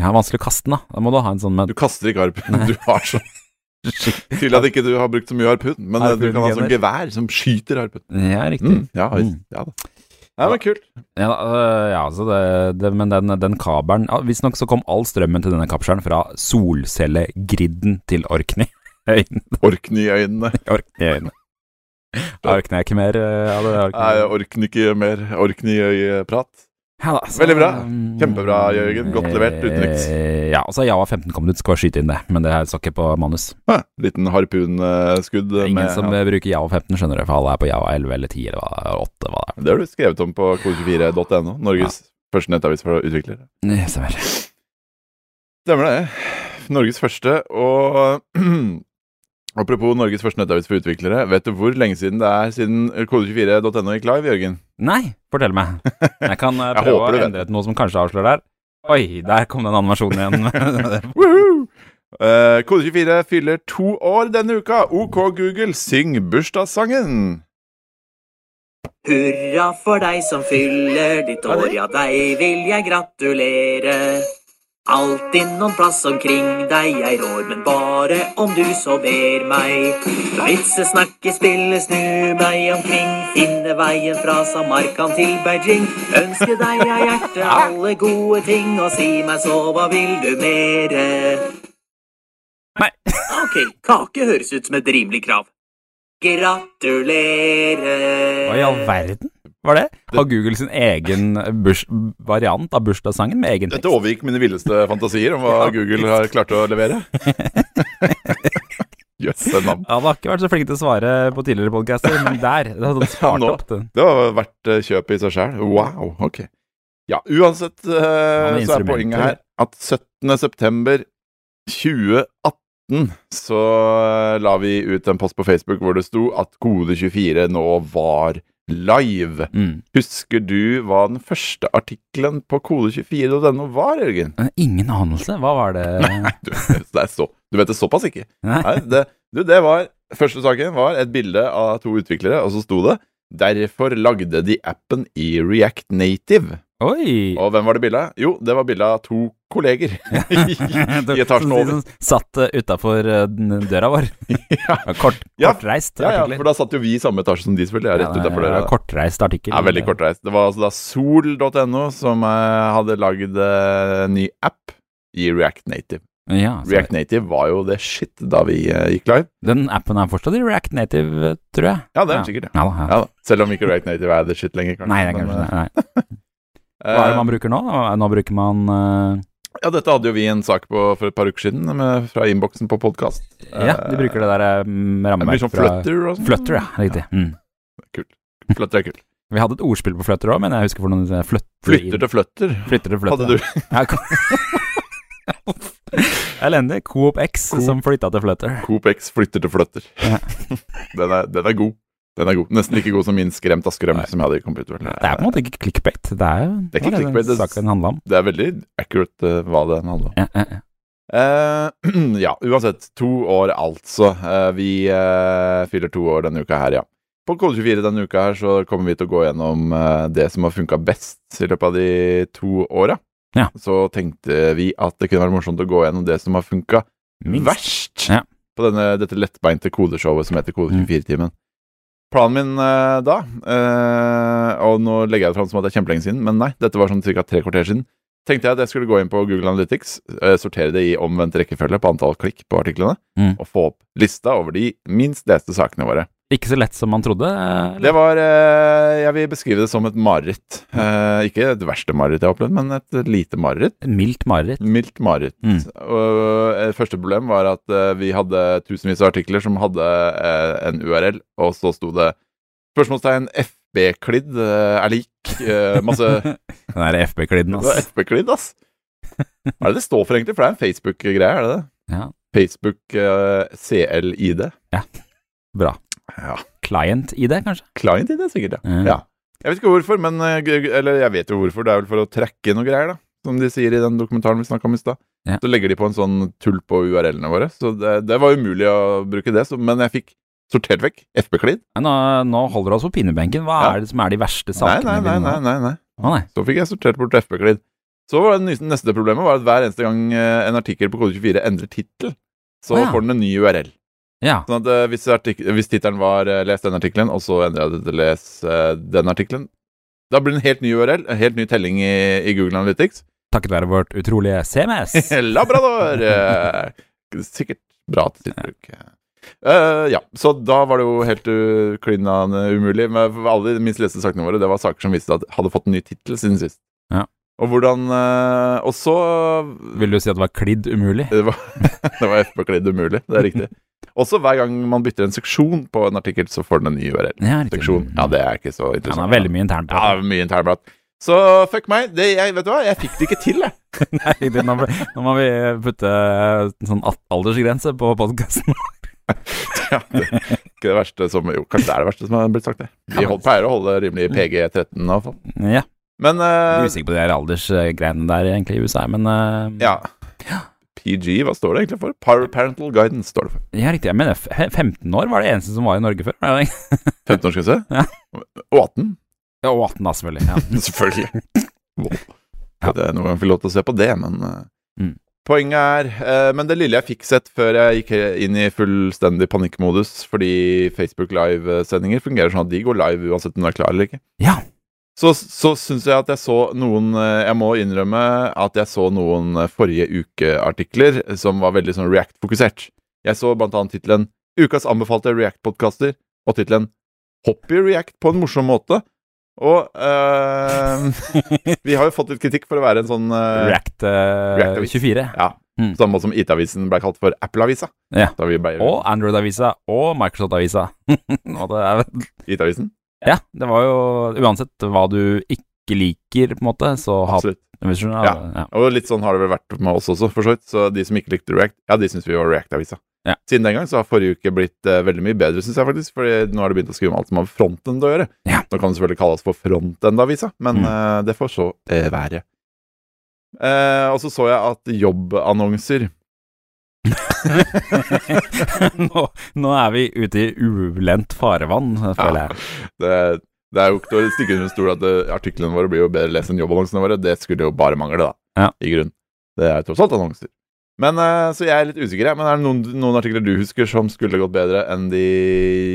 [SPEAKER 2] Ja, vanskelig å kaste den, da. Da må du ha en sånn med
[SPEAKER 1] Du kaster ikke harpun. Du har sånn Tydelig at ikke du har brukt så mye harpun, men eh, du kan ha sånn
[SPEAKER 2] Harpungener.
[SPEAKER 1] gevær som skyter harpun.
[SPEAKER 2] Ja, riktig.
[SPEAKER 1] Mm, ja, visst. ja da. Nei, men kult.
[SPEAKER 2] Ja, da, øh, ja så det, det, men den, den kabelen ja, Visstnok så kom all strømmen til denne kapselen fra solcellegridden til Orkney. Øyne,
[SPEAKER 1] Orkneyøynene.
[SPEAKER 2] Orkney-øyne. Orkney er ikke mer øh, ja, det er Orkney.
[SPEAKER 1] Nei, jeg orker ikke mer Orkneyøy-prat.
[SPEAKER 2] Ja, da, så-
[SPEAKER 1] Veldig bra. Kjempebra, Jørgen. Godt levert utenriks.
[SPEAKER 2] Eh, Ja, altså Java 15 kom ut, skal skyte inn det, men det her står ikke på manus.
[SPEAKER 1] Ah, liten harpunskudd
[SPEAKER 2] Ingen
[SPEAKER 1] med
[SPEAKER 2] som eh, bruker Java 15, skjønner du, for alle er på Java 11 eller 10 eller hva det er, 8, hva det er.
[SPEAKER 1] Det har du skrevet om på kode24.no, Norges første nettavis for utviklere.
[SPEAKER 2] Nei, Stemmer.
[SPEAKER 1] Stemmer det. Norges første, og apropos Norges første nettavis for utviklere, vet du hvor lenge siden det er siden kode24.no gikk live, Jørgen?
[SPEAKER 2] Nei, fortell meg. Jeg kan eh,
[SPEAKER 1] Jeg
[SPEAKER 2] prøve
[SPEAKER 1] håper
[SPEAKER 2] å
[SPEAKER 1] du vet.
[SPEAKER 2] endre til noe som kanskje avslører der. Oi, der kom den animasjonen igjen.
[SPEAKER 1] Woohoo! Eh, Kode24 fyller to år denne uka. OK, Google, syng bursdagssangen!
[SPEAKER 6] Hurra for deg som fyller ditt år, ja deg vil jeg gratulere. Alltid noen plass omkring deg jeg rår, men bare om du så ber meg. La vitse, snakke, spille, snu meg omkring, finne veien fra Samarkand til Beijing. Ønske deg av hjertet alle gode ting, og si meg så, hva vil du mere?
[SPEAKER 2] Nei.
[SPEAKER 6] Ok, kake høres ut som et rimelig krav. Gratulerer.
[SPEAKER 2] Hva i all verden var det? Har Google sin egen burs variant av bursdagssangen med egen
[SPEAKER 1] Dette
[SPEAKER 2] tekst?
[SPEAKER 1] overgikk mine villeste fantasier om hva Google har klart å levere. Jøsse navn.
[SPEAKER 2] Han har ikke vært så flink til å svare på tidligere podcaster, men der det hadde han svart
[SPEAKER 1] Nå.
[SPEAKER 2] opp den.
[SPEAKER 1] Det var verdt eh, kjøpet i seg sjæl. Wow, ok. Ja, uansett eh, så
[SPEAKER 2] med
[SPEAKER 1] er
[SPEAKER 2] instrumenter.
[SPEAKER 1] poenget her at 17. september 2018 så eh, la vi ut en post på Facebook hvor det sto at Kode24 nå var live.
[SPEAKER 2] Mm.
[SPEAKER 1] Husker du hva den første artikkelen på kode24.no var, Jørgen?
[SPEAKER 2] Eh, Ingen anelse. Hva var det
[SPEAKER 1] Du, det er så, du vet det såpass ikke?
[SPEAKER 2] Nei.
[SPEAKER 1] Nei, det, du, det var Første saken var et bilde av to utviklere, og så sto det 'Derfor lagde de appen i React Native'.
[SPEAKER 2] Oi!
[SPEAKER 1] Og hvem var det bildet av? Jo, det var bildet av to kolleger i etasjen
[SPEAKER 2] Som de
[SPEAKER 1] over.
[SPEAKER 2] som satt eh, utafor døra vår. Kort,
[SPEAKER 1] Ja.
[SPEAKER 2] Kortreist
[SPEAKER 1] Ja, ja,
[SPEAKER 2] artikler.
[SPEAKER 1] for da satt jo vi i samme etasje som de, selvfølgelig. Ja, rett
[SPEAKER 2] Ja,
[SPEAKER 1] utenfor døra.
[SPEAKER 2] Kortreist artikkel.
[SPEAKER 1] Ja, veldig kortreist. Det var altså da sol.no som eh, hadde lagd eh, ny app i React Native.
[SPEAKER 2] Ja, så
[SPEAKER 1] React Native var jo det shit da vi eh, gikk live.
[SPEAKER 2] Den appen er fortsatt i React Native, eh, tror jeg.
[SPEAKER 1] Ja, det er den sikkert,
[SPEAKER 2] Ja, da, ja.
[SPEAKER 1] Ja da. Selv om ikke React Native er the shit lenger, kanskje.
[SPEAKER 2] Nei, det er
[SPEAKER 1] Men,
[SPEAKER 2] kanskje det.
[SPEAKER 1] eh,
[SPEAKER 2] Nei. Hva er det man bruker nå? da? Nå bruker man eh,
[SPEAKER 1] Ja, dette hadde jo vi en sak på for et par uker siden, med, fra innboksen på podkast.
[SPEAKER 2] Ja, de bruker det der eh, mm,
[SPEAKER 1] Det blir
[SPEAKER 2] rammeverket
[SPEAKER 1] sånn flutter og sånn.
[SPEAKER 2] Flutter, ja. Riktig. Mm.
[SPEAKER 1] Flutter er kult.
[SPEAKER 2] Vi hadde et ordspill på flutter òg, men jeg husker for noen Flytter
[SPEAKER 1] Flytter til flutter.
[SPEAKER 2] Flytter til flutter.
[SPEAKER 1] Hadde du
[SPEAKER 2] Ja, ko- Elendig. Coop X
[SPEAKER 1] Coop.
[SPEAKER 2] som flytta til flutter.
[SPEAKER 1] Coop X flytter til flutter.
[SPEAKER 2] Ja.
[SPEAKER 1] den, er, den er god. Den er god. Nesten like god som min skremt av skrøm
[SPEAKER 2] Nei.
[SPEAKER 1] som jeg hadde i computeren.
[SPEAKER 2] Det er på en måte ikke clickbait. Det er jo
[SPEAKER 1] Det er ikke
[SPEAKER 2] hva den
[SPEAKER 1] clickbait, det-
[SPEAKER 2] saken handla om.
[SPEAKER 1] Det er veldig accurate eh, hva den handler om.
[SPEAKER 2] Ja, ja, ja.
[SPEAKER 1] Eh, ja, uansett. To år, altså. Eh, vi eh, fyller to år denne uka her, ja. På Kode24 denne uka her så kommer vi til å gå gjennom eh, det som har funka best i løpet av de to åra.
[SPEAKER 2] Ja.
[SPEAKER 1] Så tenkte vi at det kunne være morsomt å gå gjennom det som har funka
[SPEAKER 2] Minst.
[SPEAKER 1] verst
[SPEAKER 2] Ja.
[SPEAKER 1] på denne, dette lettbeinte kodeshowet som heter Kode24-timen. Planen min eh, da, eh, og nå legger jeg det fram som at det er kjempelenge siden, men nei, dette var sånn ca. tre kvarter siden, tenkte jeg at jeg skulle gå inn på Google Analytics, eh, sortere det i omvendt rekkefølge på antall klikk på artiklene,
[SPEAKER 2] Mm.
[SPEAKER 1] og få opp lista over de minst leste sakene våre.
[SPEAKER 2] Ikke så lett som man trodde. eh,
[SPEAKER 1] Det var eh, Jeg vil beskrive det som et mareritt. Eh, ikke det verste marerittet jeg har opplevd, men et lite mareritt.
[SPEAKER 2] Et mildt mareritt.
[SPEAKER 1] Mildt mareritt.
[SPEAKER 2] Mm.
[SPEAKER 1] Og eh, første problem var at eh, vi hadde tusenvis av artikler som hadde eh, en URL, og så sto det spørsmålstegn FB-klidd eh, er lik eh, masse
[SPEAKER 2] Den der FB-klidden,
[SPEAKER 1] Det var
[SPEAKER 2] ass.
[SPEAKER 1] FB-klidd, ass. Hva er det det står for, egentlig? For det er en Facebook-greie, er det det?
[SPEAKER 2] Ja.
[SPEAKER 1] Facebook eh, CLID.
[SPEAKER 2] Bra.
[SPEAKER 1] Ja.
[SPEAKER 2] Client-ID, kanskje?
[SPEAKER 1] Client-ID, sikkert. ja.
[SPEAKER 2] Mm.
[SPEAKER 1] ja. Jeg vet ikke hvorfor, men eh, gu- Eller jeg vet jo hvorfor, det er vel for å trekke noe greier, da. Som de sier i den dokumentaren vi snakka om i stad.
[SPEAKER 2] Ja.
[SPEAKER 1] Så legger de på en sånn tull på URL-ene våre. Så det, det var umulig å bruke det, så, men jeg fikk sortert vekk FB-klid.
[SPEAKER 2] Nei, Nå, nå holder du oss på pinebenken. Hva
[SPEAKER 1] Ja.
[SPEAKER 2] er det som er de verste
[SPEAKER 1] Nei,
[SPEAKER 2] sakene?
[SPEAKER 1] nei, nei,
[SPEAKER 2] vi nå-
[SPEAKER 1] nei, nei, nei.
[SPEAKER 2] Å, nei.
[SPEAKER 1] Så fikk jeg sortert bort FB-klid. Så var det nye- neste problemet var at hver eneste gang eh, en artikkel på Kode24 endrer tittel, så
[SPEAKER 2] Å, ja.
[SPEAKER 1] får den en ny URL.
[SPEAKER 2] Ja.
[SPEAKER 1] Sånn at eh, hvis, artik- hvis tittelen var eh, 'les den artikkelen', og så endrer jeg det til 'les eh, den artikkelen', da blir det en helt ny URL, en helt ny telling i, i Google Analytics.
[SPEAKER 2] Takket være vårt utrolige CMS.
[SPEAKER 1] Labrador! eh, Sikkert bra til sitt bruk. Eh, ja, så da var det jo helt uh, klin umulig. Men for alle de minst leste sakene våre, det var saker som viste at hadde fått en ny tittel siden sist.
[SPEAKER 2] Ja.
[SPEAKER 1] Og hvordan eh, Og så
[SPEAKER 2] Vil du si at det var klidd umulig?
[SPEAKER 1] Det var, det var FB kledd umulig, det er riktig. Også hver gang man bytter en seksjon på en artikkel, så får den en ny
[SPEAKER 2] Ja, riktig.
[SPEAKER 1] URL-seksjon. Ja, det er ikke så
[SPEAKER 2] Han
[SPEAKER 1] interessant.
[SPEAKER 2] har veldig mye internt.
[SPEAKER 1] Ja, mye internprat. Så fuck meg. Det, jeg, vet du hva, jeg fikk det ikke til, jeg.
[SPEAKER 2] Nei, det- nå, må- nå må vi putte en sånn at- aldersgrense på podkasten.
[SPEAKER 1] Ja, det, ikke det verste som Jo, kanskje det er det verste som har blitt sagt, det. Vi hold, pleier å holde rimelig PG13, i hvert fall.
[SPEAKER 2] Ja.
[SPEAKER 1] Men
[SPEAKER 2] Jeg Mm. er
[SPEAKER 1] eh,
[SPEAKER 2] usikker på de her aldersgreiene der egentlig i USA, men eh,
[SPEAKER 1] ja. PG, hva står det egentlig for? Par Parental Guidance står det for.
[SPEAKER 2] ja, riktig. Jeg mener f- 15 år var det eneste som var i Norge før. var det ikke?
[SPEAKER 1] 15-årsgrense?
[SPEAKER 2] Ja.
[SPEAKER 1] Og 18?
[SPEAKER 2] Ja, Og 18, da, selvfølgelig. Ja.
[SPEAKER 1] Selvfølgelig. Wow. Det er noen ganger vi får lov til å se på det, men eh,
[SPEAKER 2] Mm.
[SPEAKER 1] Poenget er eh, Men det lille jeg fikk sett før jeg gikk inn i fullstendig panikkmodus, fordi Facebook Live-sendinger fungerer sånn at de går live uansett om du er klar eller ikke.
[SPEAKER 2] Ja.
[SPEAKER 1] Så, så syns jeg at jeg så noen eh, Jeg må innrømme at jeg så noen eh, forrige uke-artikler som var veldig sånn React-fokusert. Jeg så blant annet tittelen 'Ukas anbefalte React-podkaster' og tittelen 'Hopp i React på en morsom måte'. Og eh, vi har jo fått litt kritikk for å være en sånn eh,
[SPEAKER 2] React, eh,
[SPEAKER 1] React-avis.
[SPEAKER 2] 24.
[SPEAKER 1] Ja,
[SPEAKER 2] Mm.
[SPEAKER 1] Samme måte som IT-avisen ble kalt for Apple-avisa.
[SPEAKER 2] Ja.
[SPEAKER 1] Da vi ble
[SPEAKER 2] Og Android-avisa og Microsoft-avisa. Og det er vel-
[SPEAKER 1] IT-avisen.
[SPEAKER 2] ja, det var jo Uansett hva du ikke liker, på en måte, så hat
[SPEAKER 1] Absolutt.
[SPEAKER 2] hvis du skjønner,
[SPEAKER 1] Ja.
[SPEAKER 2] ja.
[SPEAKER 1] Og litt sånn har det vel vært med oss også, for så vidt. Så de som ikke likte React, ja, de syns vi var React-avisa.
[SPEAKER 2] Ja.
[SPEAKER 1] Siden den gang så har forrige uke blitt eh, veldig mye bedre, syns jeg faktisk. For nå har de begynt å skrive om alt som har med frontend å gjøre.
[SPEAKER 2] Ja. Mm.
[SPEAKER 1] Nå kan det selvfølgelig kalles for frontend-avisa, men eh, det får så eh, være. Eh, og så så jeg at jobbannonser
[SPEAKER 2] nå, nå er vi ute i ulendt farevann, føler jeg.
[SPEAKER 1] det, det er jo ikke til å stikke under stol at det- artiklene våre blir jo bedre lest enn jobbannonsene våre. Det skulle jo bare mangle, da.
[SPEAKER 2] Ja.
[SPEAKER 1] I grunn. Det er jo tross alt annonser. Men, eh, så jeg er litt usikker, jeg. Men er det noen, noen artikler du husker som skulle gått bedre enn de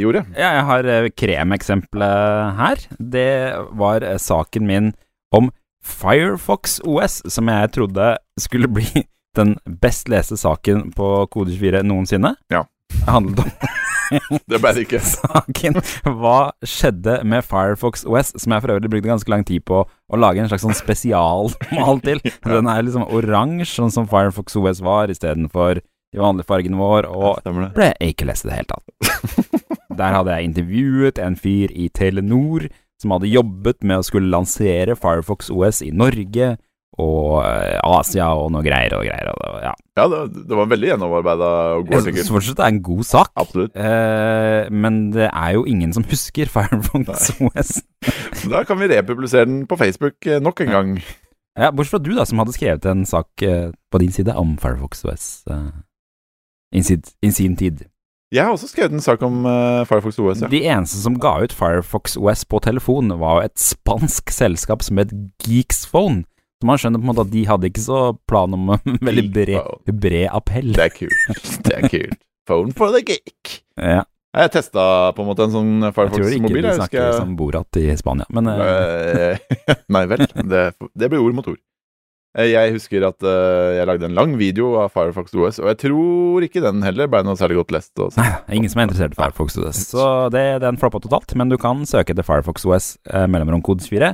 [SPEAKER 1] gjorde?
[SPEAKER 2] Ja, jeg har eh, kremeksempelet her. Det var eh, saken min om Firefox OS, som jeg trodde skulle bli den best leste saken på Kode24 noensinne.
[SPEAKER 1] Ja.
[SPEAKER 2] Det handlet om
[SPEAKER 1] Det ble det ikke.
[SPEAKER 2] saken Hva skjedde med Firefox OS, som jeg for øvrig brukte ganske lang tid på å lage en slags sånn spesialmal til. Den er liksom oransje, sånn som Firefox OS var, istedenfor de vanlige fargene våre, og
[SPEAKER 1] Stemmer
[SPEAKER 2] ble jeg ikke lest i det hele tatt. Der hadde jeg intervjuet en fyr i Telenor som hadde jobbet med å skulle lansere Firefox OS i Norge og eh, Asia og noe greier og greier. Og, det var- ja.
[SPEAKER 1] Ja, det, det var en veldig gjennomarbeida og god
[SPEAKER 2] Jeg synes
[SPEAKER 1] artikkel.
[SPEAKER 2] fortsatt det er en god sak,
[SPEAKER 1] Absolutt.
[SPEAKER 2] eh, men det er jo ingen som husker Firefox OS.
[SPEAKER 1] Da kan vi republisere den på Facebook eh, nok en gang.
[SPEAKER 2] Ja, bortsett fra du, da, som hadde skrevet en sak eh, på din side om Firefox OS eh, i sin- i sin tid.
[SPEAKER 1] Jeg har også skrevet en sak om eh, Firefox OS, ja.
[SPEAKER 2] De eneste som ga ut Firefox OS på telefon, var et spansk selskap som het Geeksphone. Så man skjønner på en måte at de hadde ikke så plan om en veldig bred, bred appell.
[SPEAKER 1] Det er kult. Det er kult. Phone for the geek.
[SPEAKER 2] Ja,
[SPEAKER 1] Nei, Jeg testa på en måte en sånn
[SPEAKER 2] jeg tror ikke
[SPEAKER 1] Firefox-mobil.
[SPEAKER 2] de
[SPEAKER 1] jeg husker
[SPEAKER 2] snakker
[SPEAKER 1] jeg-
[SPEAKER 2] som Borat i Spania, men eh,
[SPEAKER 1] Eh, Nei vel. Det, det blir ord mot ord. Eh, Jeg husker at eh, jeg lagde en lang video av Firefox OS, og jeg tror ikke den heller ble noe særlig godt lest. Og
[SPEAKER 2] nei, det er ingen som er interessert i Firefox OS. Så det, den floppa totalt, men du kan søke etter Firefox OS eh, mellomrom kode 4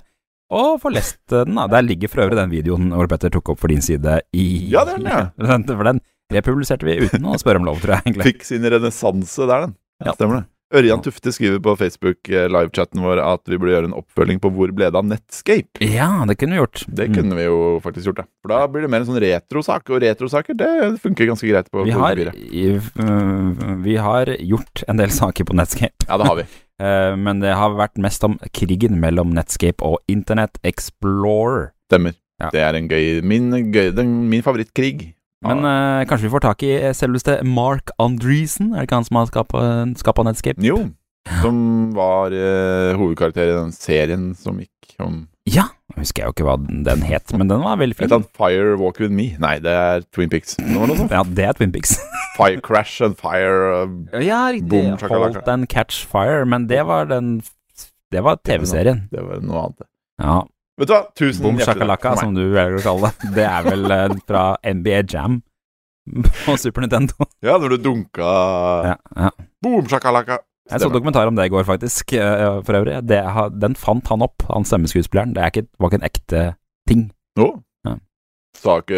[SPEAKER 2] og få lest eh, den. da. Der ligger for øvrig den videoen Ole Petter tok opp for din side i
[SPEAKER 1] Ja, det er den, ja.
[SPEAKER 2] den, For den republiserte vi uten å spørre om lov, tror jeg, egentlig.
[SPEAKER 1] Fikk sin renessanse der, den.
[SPEAKER 2] Ja.
[SPEAKER 1] Ja, stemmer det. Ørjan Tufte skriver på Facebook-livechatten vår at vi burde gjøre en oppfølging på hvor ble det av Netscape.
[SPEAKER 2] Ja, det kunne vi gjort.
[SPEAKER 1] Det
[SPEAKER 2] Mm.
[SPEAKER 1] kunne vi jo faktisk gjort, da. For da blir det mer en sånn retrosak, og retrosaker det funker ganske greit på
[SPEAKER 2] Mm. Vi har,
[SPEAKER 1] Kode4.
[SPEAKER 2] i- vi har gjort en del saker på Netscape,
[SPEAKER 1] Ja, det har vi.
[SPEAKER 2] eh, men det har vært mest om krigen mellom Netscape og Internett Explorer.
[SPEAKER 1] Stemmer.
[SPEAKER 2] Ja.
[SPEAKER 1] Det er en gøy Min, gøy, den, min favorittkrig.
[SPEAKER 2] Men
[SPEAKER 1] Ah.
[SPEAKER 2] eh, kanskje vi får tak i selveste Mark Andreessen? Er det ikke han som har skapa, skapa Netscape?
[SPEAKER 1] Jo. Som var eh, hovedkarakter i den serien som gikk om
[SPEAKER 2] Ja! Nå Husker jeg jo ikke hva den den het, men den var veldig
[SPEAKER 1] Et
[SPEAKER 2] fin.
[SPEAKER 1] eller annet Fire Walk With Me. Nei, det er Twin Pics. Det var noe sånt.
[SPEAKER 2] Ja, det er Twin Pics.
[SPEAKER 1] Fire Crash and Fire eh,
[SPEAKER 2] ja,
[SPEAKER 1] Boom, shakalaka.
[SPEAKER 2] Holdt and Catch Fire, men det var den Det var TV-serien.
[SPEAKER 1] Det var noe annet.
[SPEAKER 2] Ja.
[SPEAKER 1] Vet du hva, tusen
[SPEAKER 2] Boom
[SPEAKER 1] hjertelig takk
[SPEAKER 2] shakalaka,
[SPEAKER 1] for meg.
[SPEAKER 2] som du velger å kalle det. Det er vel eh, fra NBA Jam på Super Nintendo.
[SPEAKER 1] Ja, når du dunka
[SPEAKER 2] Ja, ja.
[SPEAKER 1] Boom shakalaka.
[SPEAKER 2] Jeg så
[SPEAKER 1] Stemmer.
[SPEAKER 2] dokumentar om det i går, faktisk, eh, for øvrig. Det, har- den fant han opp, han stemmeskuespilleren. Det er ikke, var ikke en ekte ting.
[SPEAKER 1] Nå?
[SPEAKER 2] Ja.
[SPEAKER 1] Sa ikke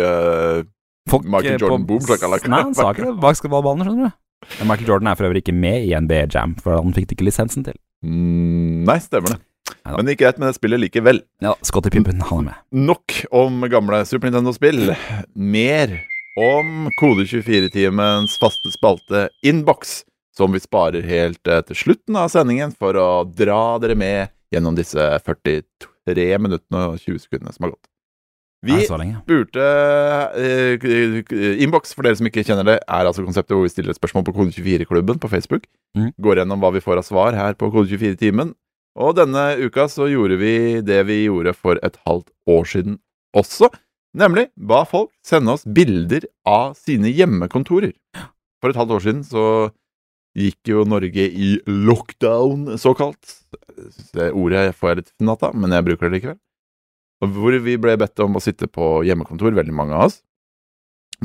[SPEAKER 1] eh,
[SPEAKER 2] Folk
[SPEAKER 1] Michael
[SPEAKER 2] eh,
[SPEAKER 1] Jordan, boom, shakalaka.
[SPEAKER 2] Nei, han sa ikke det bak skallballene, skjønner du. Men Michael Jordan er for øvrig ikke med i NBA Jam, for han fikk det ikke lisensen til.
[SPEAKER 1] mm, Nei, stemmer det.
[SPEAKER 2] Neida.
[SPEAKER 1] Men det gikk greit med det spillet likevel.
[SPEAKER 2] Ja, Scotty Pippen, han er med.
[SPEAKER 1] Nok om gamle Super Nintendo-spill. Mer om Kode24-timens faste spalte Inbox, som vi sparer helt eh, til slutten av sendingen for å dra dere med gjennom disse 43 minuttene og 20 sekundene som har gått. Vi
[SPEAKER 2] Nei, så lenge.
[SPEAKER 1] spurte eh, k- k- Inbox, for dere som ikke kjenner det, er altså konseptet hvor vi stiller et spørsmål på Kode24-klubben på Facebook.
[SPEAKER 2] Mhm.
[SPEAKER 1] Går gjennom hva vi får av svar her på Kode24-timen. Og denne uka så gjorde vi det vi gjorde for et halvt år siden også. Nemlig ba folk sende oss bilder av sine hjemmekontorer. For et halvt år siden så gikk jo Norge i lockdown, såkalt. Det ordet får jeg litt fnatt av, men jeg bruker det likevel. Og Hvor vi ble bedt om å sitte på hjemmekontor, veldig mange av oss.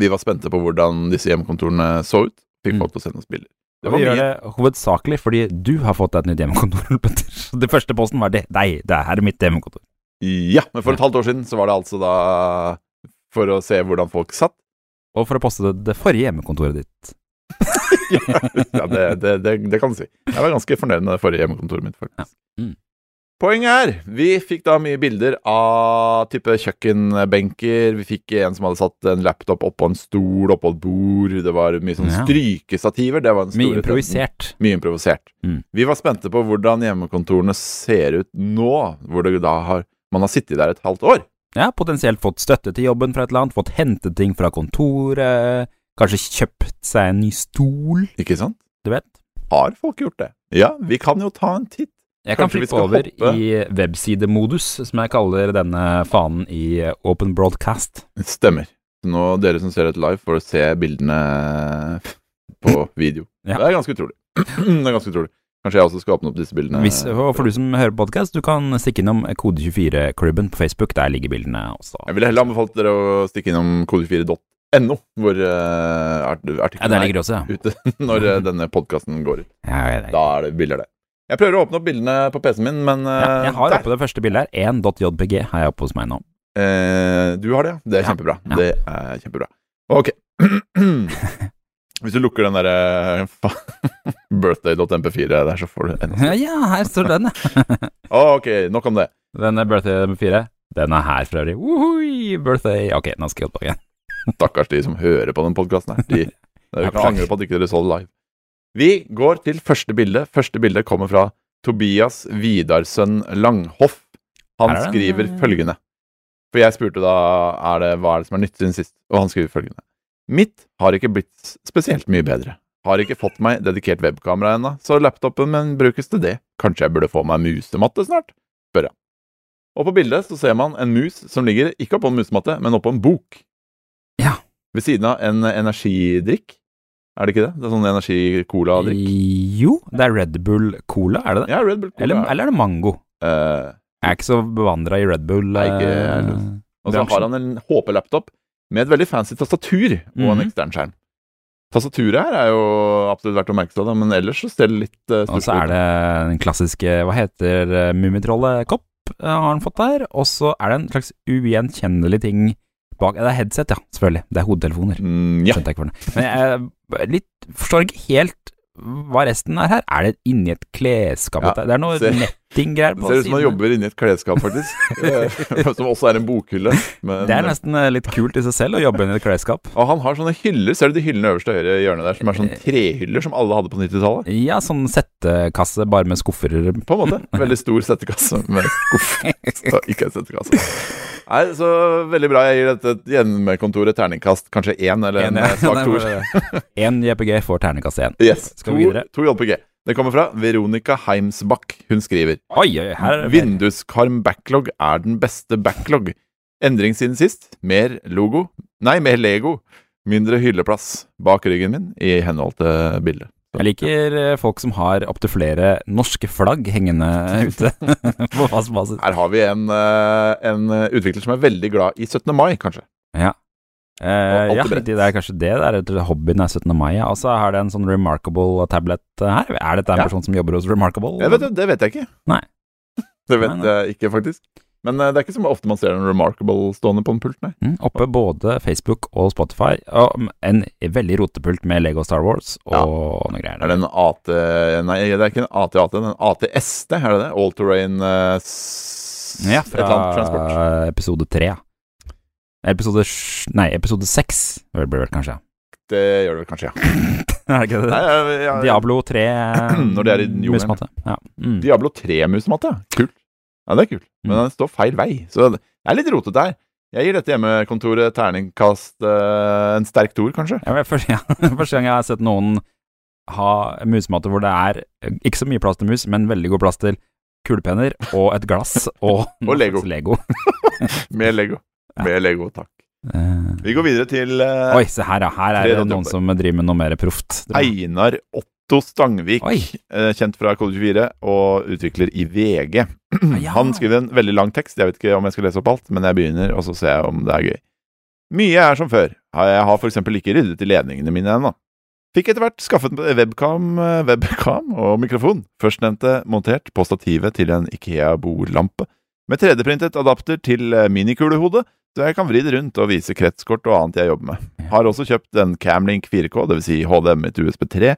[SPEAKER 1] Vi var spente på hvordan disse hjemmekontorene så ut. Fikk
[SPEAKER 2] Mm.
[SPEAKER 1] folk til å sende oss bilder. Det
[SPEAKER 2] Og
[SPEAKER 1] var
[SPEAKER 2] vi
[SPEAKER 1] mye.
[SPEAKER 2] gjør det hovedsakelig fordi du har fått deg et nytt hjemmekontor. Petter. Så Det første posten var det. Deg, det her er mitt hjemmekontor.
[SPEAKER 1] Ja, men for et halvt år siden så var det altså da for å se hvordan folk satt.
[SPEAKER 2] Og for å poste det, det forrige hjemmekontoret ditt.
[SPEAKER 1] Ja, det, det, det, det kan du si. Jeg var ganske fornøyd med det forrige hjemmekontoret mitt, faktisk.
[SPEAKER 2] Ja. Mm.
[SPEAKER 1] Poenget er, vi fikk da mye bilder av type kjøkkenbenker. Vi fikk en som hadde satt en laptop oppå en stol, oppå et bord. Det var mye sånn
[SPEAKER 2] Ja.
[SPEAKER 1] strykestativer. Det var den
[SPEAKER 2] Mye
[SPEAKER 1] store trenden.
[SPEAKER 2] improvisert.
[SPEAKER 1] Mye improvisert.
[SPEAKER 2] Mm.
[SPEAKER 1] Vi var spente på hvordan hjemmekontorene ser ut nå, hvor det da har, man har sittet der et halvt år.
[SPEAKER 2] Ja, potensielt fått støtte til jobben fra et eller annet, fått hentet ting fra kontoret, kanskje kjøpt seg en ny stol,
[SPEAKER 1] Ikke sant?
[SPEAKER 2] du vet.
[SPEAKER 1] Har folk gjort det? Ja, vi kan jo ta en titt.
[SPEAKER 2] Jeg kan
[SPEAKER 1] Kanskje vi
[SPEAKER 2] flippe
[SPEAKER 1] skal
[SPEAKER 2] over
[SPEAKER 1] hoppe?
[SPEAKER 2] i websidemodus, som jeg kaller denne fanen i Open Broadcast.
[SPEAKER 1] Stemmer. Nå, dere som ser dette live, får se bildene på video.
[SPEAKER 2] Mm. Ja.
[SPEAKER 1] Det er ganske utrolig. Det er ganske utrolig. Kanskje jeg også skal åpne opp disse bildene.
[SPEAKER 2] Hvis, og for du som hører podkast, du kan stikke innom Kode24-klubben på Facebook. Der ligger bildene også.
[SPEAKER 1] Jeg ville heller anbefalt dere å stikke innom kode4.no, hvor uh,
[SPEAKER 2] Ja,
[SPEAKER 1] artikkelen
[SPEAKER 2] der ligger det også,
[SPEAKER 1] er ute når eh, denne podkasten går ut.
[SPEAKER 2] ja. ja jeg,
[SPEAKER 1] Da er det bilder der. Jeg prøver å åpne opp bildene på PC-en min, men eh,
[SPEAKER 2] ja, jeg har
[SPEAKER 1] der.
[SPEAKER 2] oppe det første bildet her. 1.jpg har jeg oppe hos meg nå.
[SPEAKER 1] Eh, du har det, ja. Det er
[SPEAKER 2] Ja.
[SPEAKER 1] kjempebra.
[SPEAKER 2] Ja.
[SPEAKER 1] Det er kjempebra. Ok. Hvis du lukker den derre birthday.mp4 der, så får du en.
[SPEAKER 2] Ja, her står den, ja.
[SPEAKER 1] Ok, nok om det.
[SPEAKER 2] Denne birthday nummer fire. Den er her for øvrig. Wohoi, birthday. Ok, nå skal jeg tilbake igjen.
[SPEAKER 1] Stakkars de som hører på den podkasten her. De, de
[SPEAKER 2] Jeg
[SPEAKER 1] kan angre på at ikke dere så det live. Vi går til første bilde. Første bilde kommer fra Tobias Vidarsønn Langhoff. Han
[SPEAKER 2] Her er den.
[SPEAKER 1] skriver følgende. For jeg spurte da er det, hva er det som er nytt siden sist, og han skriver følgende. Mitt har ikke blitt spesielt mye bedre. Har ikke fått meg dedikert webkamera ennå, så laptopen min brukes til det. Kanskje jeg burde få meg musematte snart? spør jeg. Og på bildet så ser man en mus som ligger ikke oppå en musematte, men oppå en bok.
[SPEAKER 2] Ja.
[SPEAKER 1] Ved siden av en energidrikk. Er det ikke det? Det er sånn energi-cola-drikk.
[SPEAKER 2] Jo, det er Red Bull Cola, er det det?
[SPEAKER 1] Ja, Red Bull Cola.
[SPEAKER 2] Eller, eller er det mango?
[SPEAKER 1] Eh,
[SPEAKER 2] Jeg er ikke så bevandra i Red Bull.
[SPEAKER 1] Nei, ikke
[SPEAKER 2] eh,
[SPEAKER 1] jeg heller. og så har han en HP-laptop med et veldig fancy tastatur og en
[SPEAKER 2] Mhm.
[SPEAKER 1] ekstern skjerm. Tastaturet her er jo absolutt verdt å merke seg, da, men ellers så ser det litt uh,
[SPEAKER 2] Og så er det den klassiske Hva heter eh, Mummitrollet-kopp eh, har han fått der. Og så er det en slags ugjenkjennelig ting bak Det er headset, ja. Selvfølgelig. Det er hodetelefoner.
[SPEAKER 1] mm, Ja.
[SPEAKER 2] Skjønte jeg ikke for noe. Men jeg er litt, forstår ikke helt hva resten er her. Er det inni et klesskap?
[SPEAKER 1] Ja,
[SPEAKER 2] Det er noe
[SPEAKER 1] ser-
[SPEAKER 2] nettinggreier
[SPEAKER 1] Det
[SPEAKER 2] på
[SPEAKER 1] ser ut som han
[SPEAKER 2] sidene.
[SPEAKER 1] jobber inni et klesskap, faktisk. Eh, som også er en bokhylle. Men, eh,
[SPEAKER 2] Det er nesten eh, litt kult i seg selv å jobbe inni et klesskap.
[SPEAKER 1] Og han har sånne hyller. Ser du de hyllene øverst til høyre hjørne der, som er sånne trehyller som alle hadde på 90-tallet?
[SPEAKER 2] Ja, sånn settekasse bare med skuffer
[SPEAKER 1] På en måte. Veldig stor settekasse med skuff. Så ikke en settekasse. Nei, så veldig bra. Jeg gir dette hjemmekontoret terningkast kanskje én eller en eh, svak toer.
[SPEAKER 2] Én JPG får terningkast én.
[SPEAKER 1] Yes.
[SPEAKER 2] Skal
[SPEAKER 1] To,
[SPEAKER 2] vi videre?
[SPEAKER 1] to JPG. Det kommer fra Veronica Heimsbakk. Hun skriver
[SPEAKER 2] Oi, oi, her er det mer.
[SPEAKER 1] Eh, Vinduskarm backlog er den beste backlog. Endring siden sist. Mer logo. Nei, mer Lego. Mindre hylleplass bak ryggen min i henhold til bildet.
[SPEAKER 2] Jeg liker eh, folk som har opptil flere norske flagg hengende ute på fast basis.
[SPEAKER 1] Her har vi en, eh, en eh, utvikler som er veldig glad i 17. mai, kanskje.
[SPEAKER 2] Eh,
[SPEAKER 1] Og
[SPEAKER 2] ja,
[SPEAKER 1] alt er bredt.
[SPEAKER 2] det er kanskje det. Det er hobbyen er 17. mai, ja. Og så har det en sånn Remarkable tablet eh, her. Er dette en
[SPEAKER 1] Ja.
[SPEAKER 2] person som jobber hos Remarkable?
[SPEAKER 1] Jeg vet, det vet jeg ikke.
[SPEAKER 2] Nei.
[SPEAKER 1] Det vet
[SPEAKER 2] Nei, nei.
[SPEAKER 1] jeg ikke, faktisk. Men eh, det er ikke så ofte man ser en Remarkable stående på en pult, nei.
[SPEAKER 2] Mm, oppe både Facebook og Spotify. Og mm, en veldig rotepult med Lego Star Wars og
[SPEAKER 1] Ja.
[SPEAKER 2] noe greier.
[SPEAKER 1] Er det en AT... Nei, det er ikke en AT-AT, det er en AT-ST, er det det? All Terrain eh, s-
[SPEAKER 2] Ja,
[SPEAKER 1] Et eller annet transport.
[SPEAKER 2] fra episode tre. ja. Episode sj- Nei, episode seks blir det vel kanskje.
[SPEAKER 1] Det gjør det vel kanskje, ja.
[SPEAKER 2] er det ikke det?
[SPEAKER 1] Nei, jeg- jeg-
[SPEAKER 2] Diablo 3
[SPEAKER 1] Når det er i jungelen.
[SPEAKER 2] musmatte. Ja. Mm.
[SPEAKER 1] Diablo 3-musematte, ja. Kult. Ja, det er kult. Men
[SPEAKER 2] Mm.
[SPEAKER 1] den står feil vei, så det er litt rotete her. Jeg gir dette hjemmekontoret terningkast eh, en sterk toer, kanskje.
[SPEAKER 2] Ja, men første, gang, første gang jeg har sett noen ha musmatte hvor det er eh, ikke så mye plass til mus, men veldig god plass til kulepenner og et glass og,
[SPEAKER 1] Og Lego.
[SPEAKER 2] masse Lego.
[SPEAKER 1] Med Lego.
[SPEAKER 2] Ja.
[SPEAKER 1] Med Lego, takk.
[SPEAKER 2] Eh,
[SPEAKER 1] Vi går videre til eh,
[SPEAKER 2] oi, se her, ja. Her er det
[SPEAKER 1] 300
[SPEAKER 2] noen som driver med noe mer proft. tror jeg.
[SPEAKER 1] Einar Otto Stangvik,
[SPEAKER 2] Oi.
[SPEAKER 1] eh, kjent fra Kode 24 og utvikler i VG.
[SPEAKER 2] ja.
[SPEAKER 1] Han skriver en veldig lang tekst. Jeg vet ikke om jeg skal lese opp alt, men jeg begynner, og så ser jeg om det er gøy. Mye er som før. Jeg har for eksempel ikke ryddet i ledningene mine ennå. Fikk etter hvert skaffet meg webcam, eh, webcam og mikrofon. Førstnevnte montert på stativet til en Ikea-bordlampe. Med 3D-printet adapter til eh, minikulehode, så jeg kan vri det rundt og vise kretskort og annet jeg jobber med. Har også kjøpt en Camlink 4K, dvs. Si HDMI til USB 3,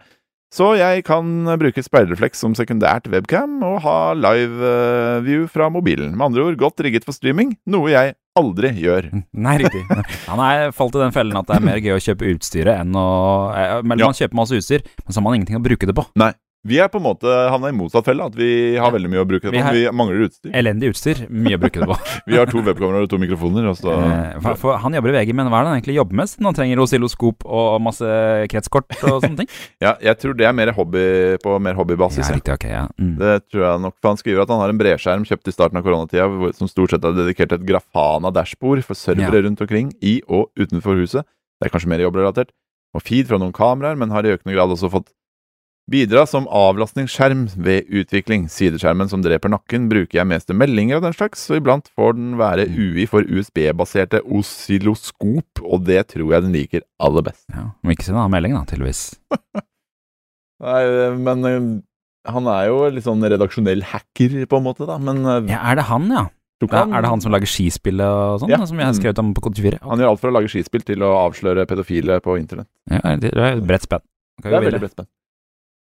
[SPEAKER 1] så jeg kan bruke speilrefleks som sekundært webcam og ha live-view fra mobilen. Med andre ord godt rigget for streaming, noe jeg aldri gjør.
[SPEAKER 2] Nei, riktig. Han er falt i den fellen at det er mer gøy å kjøpe utstyret enn å eh, Men
[SPEAKER 1] Ja.
[SPEAKER 2] man kjøper masse utstyr, men så har man ingenting å bruke det på.
[SPEAKER 1] Vi er på en måte havna i motsatt felle, at vi har veldig mye å bruke.
[SPEAKER 2] Vi
[SPEAKER 1] Vi,
[SPEAKER 2] har-
[SPEAKER 1] vi mangler utstyr.
[SPEAKER 2] Elendig utstyr, mye å bruke det på.
[SPEAKER 1] Vi har to webkameraer og to mikrofoner, og så
[SPEAKER 2] Eh, for, for han jobber i VG, men hva er det han egentlig jobber med? siden Han trenger oscilloskop og masse kretskort og sånne ting.
[SPEAKER 1] Ja, jeg tror det er mer hobby på mer hobbybasis.
[SPEAKER 2] Ja,
[SPEAKER 1] ja.
[SPEAKER 2] riktig, ok, ja. Mm.
[SPEAKER 1] Det tror jeg nok, for Han skriver at han har en breskjerm kjøpt i starten av koronatida, hvor- som stort sett er dedikert til et Grafana-dashbord for servere rundt omkring, i og utenfor huset. Det er kanskje mer jobbrelatert. Og feed fra noen kameraer, men har i økende grad også fått bidra som avlastningsskjerm ved utvikling. Sideskjermen som dreper nakken, bruker jeg mest til meldinger og den slags, og iblant får den være UI for USB-baserte oscilloskop, og det tror jeg den liker aller best.
[SPEAKER 2] Ja, Om ikke siden han har melding, da, tydeligvis.
[SPEAKER 1] Nei, men eh, han er jo litt sånn redaksjonell hacker, på en måte, da. Men eh,
[SPEAKER 2] Ja, Er det han, ja?
[SPEAKER 1] tror
[SPEAKER 2] Da,
[SPEAKER 1] ikke
[SPEAKER 2] er det han som lager skispillet og sånn,
[SPEAKER 1] Ja.
[SPEAKER 2] som jeg har skrevet om på Kode 24?
[SPEAKER 1] Han gjør alt for å lage skispill til å avsløre pedofile på internett.
[SPEAKER 2] Ja, det er et bredt spenn.
[SPEAKER 1] Det
[SPEAKER 2] Kan vi
[SPEAKER 1] er veldig
[SPEAKER 2] gå videre?
[SPEAKER 1] bredt spenn.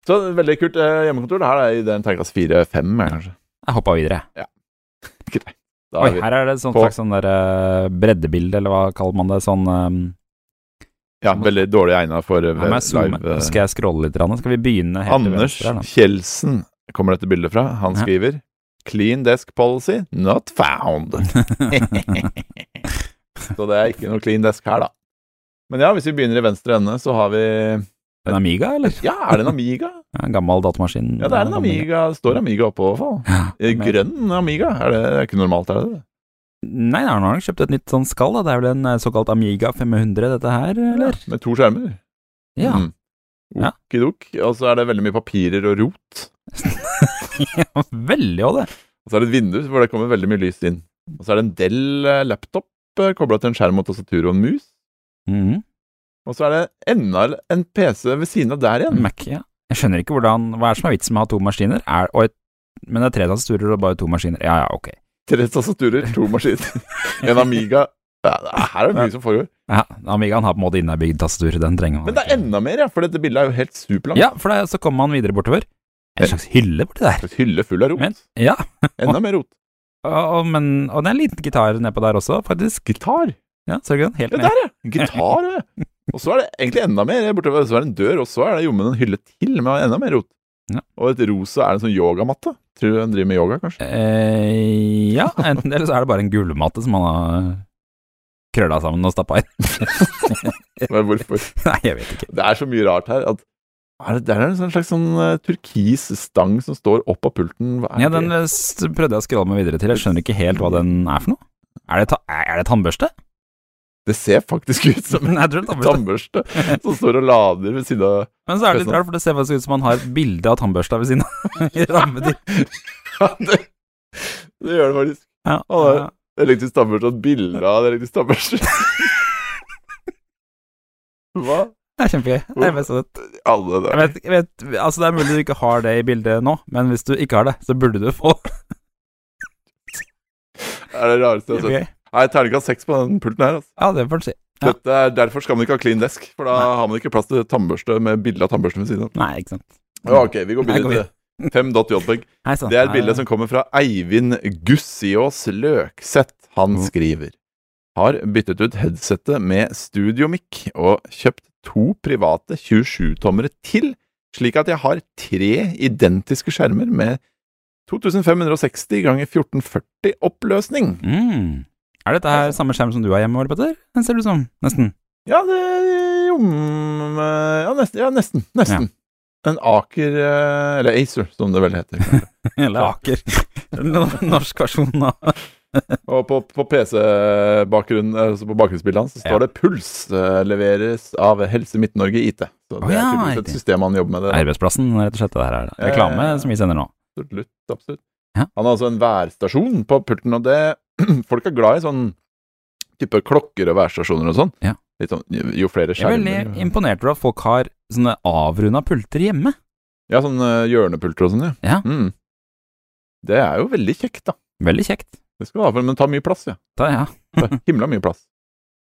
[SPEAKER 1] Så veldig kult eh, hjemmekontor. Det her er i den terningkast fire-fem, kanskje.
[SPEAKER 2] Jeg hoppa videre.
[SPEAKER 1] Da
[SPEAKER 2] Oi,
[SPEAKER 1] er vi,
[SPEAKER 2] her er det sånn
[SPEAKER 1] på-
[SPEAKER 2] slags sånn der eh, breddebilde, eller hva kaller man det? Sånn eh,
[SPEAKER 1] ja, veldig dårlig egna for eh,
[SPEAKER 2] sånn. Her må jeg zoome.
[SPEAKER 1] live. eh,
[SPEAKER 2] Skal jeg scrolle litt? grann? Skal vi begynne helt til
[SPEAKER 1] Anders
[SPEAKER 2] venstre her, da?
[SPEAKER 1] Kjeldsen kommer dette bildet fra. Han
[SPEAKER 2] Ja.
[SPEAKER 1] skriver Clean desk policy not found. Så det er ikke noe clean desk her, da. Men ja, hvis vi begynner i venstre ende, så har vi
[SPEAKER 2] En Amiga, eller?
[SPEAKER 1] Ja, er det en Amiga?
[SPEAKER 2] Ja, En gammel datamaskin.
[SPEAKER 1] Ja, det er en Amiga. Det står Amiga oppå, i hvert fall. Eh,
[SPEAKER 2] men-
[SPEAKER 1] Grønn Amiga. Er det er ikke normalt, er det det?
[SPEAKER 2] Nei, nei, han har nok kjøpt et nytt sånn skall, da. Det er vel en eh, såkalt Amiga 500, dette her, eller?
[SPEAKER 1] Med to skjermer.
[SPEAKER 2] Ja.
[SPEAKER 1] Mm.
[SPEAKER 2] Ja.
[SPEAKER 1] Okidok. Og så er det veldig mye papirer og rot.
[SPEAKER 2] ja veldig òg, det.
[SPEAKER 1] Og så er det et vindu hvor det kommer veldig mye lys inn. Og så er det en Del eh, laptop kobla til en skjerm og tastatur og en mus.
[SPEAKER 2] Mhm.
[SPEAKER 1] Og så er det enda en PC ved siden av der igjen.
[SPEAKER 2] Mac, ja. Jeg skjønner ikke hvordan Hva er det som er vitsen med å ha to maskiner? Er, og et, men det er tre tastaturer og bare to maskiner. Ja ja, ok.
[SPEAKER 1] Tre tastaturer, to maskiner, en Amiga. Ja, her er det mye som foregår.
[SPEAKER 2] Ja, Amigaen har på en måte innebygd tastatur, den trenger man
[SPEAKER 1] Men det er enda mer, ja, for dette bildet er jo helt superlangt.
[SPEAKER 2] Ja, for det, så kommer man videre bortover. En slags hylle borti der.
[SPEAKER 1] Et hylle full av rot.
[SPEAKER 2] Men, ja,
[SPEAKER 1] Enda mer rot.
[SPEAKER 2] og, og, men, og det er en liten gitar nedpå der også, faktisk.
[SPEAKER 1] Gitar.
[SPEAKER 2] Ja, ser du ikke den? Helt
[SPEAKER 1] Ja,
[SPEAKER 2] ned.
[SPEAKER 1] der, ja. Gitar, ja. Og så er det egentlig enda mer bortover. Så er det en dør, og så er det jommen en hylle til med enda mer rot.
[SPEAKER 2] Ja.
[SPEAKER 1] Og et rosa er en sånn yogamatte. Tror du han driver med yoga, kanskje?
[SPEAKER 2] Eh, ja, enten det, eller så er det bare en gulvmatte som han har krølla sammen og stappa inn.
[SPEAKER 1] Men hvorfor?
[SPEAKER 2] Nei, jeg vet ikke.
[SPEAKER 1] Det er så mye rart her at er det, Der er det en sånn slags sånn eh, turkis stang som står opp av pulten. Hva er
[SPEAKER 2] Ja, Den
[SPEAKER 1] det?
[SPEAKER 2] eh, s- prøvde jeg å skrolle meg videre til. Jeg skjønner ikke helt hva den er for noe. Er det, ta er det tannbørste?
[SPEAKER 1] det ser faktisk ut som en
[SPEAKER 2] Nei, jeg tror det er tannbørste.
[SPEAKER 1] tannbørste som står og lader ved siden av
[SPEAKER 2] Men så er det litt rart, for det ser faktisk ut som han har et bilde av tannbørsta ved siden av. i rammet.
[SPEAKER 1] Ja, det, det gjør det faktisk.
[SPEAKER 2] Ja,
[SPEAKER 1] Å,
[SPEAKER 2] ja.
[SPEAKER 1] Elektrisk tannbørste og bilder av elektrisk tannbørste. Hva?
[SPEAKER 2] det er kjempegøy. Det er best av det.
[SPEAKER 1] Alle
[SPEAKER 2] Jeg
[SPEAKER 1] der.
[SPEAKER 2] vet, jeg vet, altså Det er mulig du ikke har det i bildet nå, men hvis du ikke har det, så burde du få
[SPEAKER 1] Eh, er det rareste jeg har sett.
[SPEAKER 2] Gøy.
[SPEAKER 1] Nei, terningkast seks på den pulten her. Altså.
[SPEAKER 2] Ja, det får du si. Ja.
[SPEAKER 1] Dette er, derfor skal man ikke ha clean desk, for da har man ikke plass til tannbørste med bilde av tannbørsten ved siden av.
[SPEAKER 2] Nei, ikke sant.
[SPEAKER 1] Ja, ok, vi går
[SPEAKER 2] Nei,
[SPEAKER 1] videre til 5.jpeg.
[SPEAKER 2] Hei sann. Eh,
[SPEAKER 1] Det er et
[SPEAKER 2] Nei,
[SPEAKER 1] bilde som kommer fra Eivind Gussiås Løkseth. Han skriver Har byttet ut headsetet med studiomic og kjøpt to private 27-tommere til, slik at jeg har tre identiske skjermer med 2560 ganger 1440 oppløsning.
[SPEAKER 2] Mm. Er dette her samme skjerm som du har hjemme, Ole Petter? Den ser du som, nesten.
[SPEAKER 1] Ja, det jo, mm, Ja, nesten. Ja, nesten. nesten. En Aker eh, Eller Acer, som det vel heter.
[SPEAKER 2] Eller Aker. N- Norsk versjon av
[SPEAKER 1] Og på, på PC-bakgrunnen, altså på bakgrunnsbildet hans, så står
[SPEAKER 2] Ja.
[SPEAKER 1] det 'Puls eh, leveres av Helse Midt-Norge IT'. Så det
[SPEAKER 2] Å ja,
[SPEAKER 1] er tydeligvis
[SPEAKER 2] riktig.
[SPEAKER 1] et system han jobber med. Det,
[SPEAKER 2] arbeidsplassen, rett og slett. Det her er
[SPEAKER 1] Ja, ja, ja.
[SPEAKER 2] reklame som vi sender nå.
[SPEAKER 1] absolutt, absolutt.
[SPEAKER 2] Ja.
[SPEAKER 1] Han har altså en værstasjon på pulten, og det Folk er glad i sånn type klokker og værstasjoner og sånn.
[SPEAKER 2] Ja.
[SPEAKER 1] Litt sånn, jo, jo flere
[SPEAKER 2] Jeg er veldig
[SPEAKER 1] skjermer jo-
[SPEAKER 2] imponert over at folk har sånne avrunda pulter hjemme.
[SPEAKER 1] Ja, sånn eh, hjørnepulter og sånn, ja.
[SPEAKER 2] Ja.
[SPEAKER 1] Mm. Det er jo veldig kjekt, da.
[SPEAKER 2] Veldig kjekt.
[SPEAKER 1] Det skal du ha, for- men det tar mye plass, ja.
[SPEAKER 2] Da, ja.
[SPEAKER 1] Det tar Himla mye plass.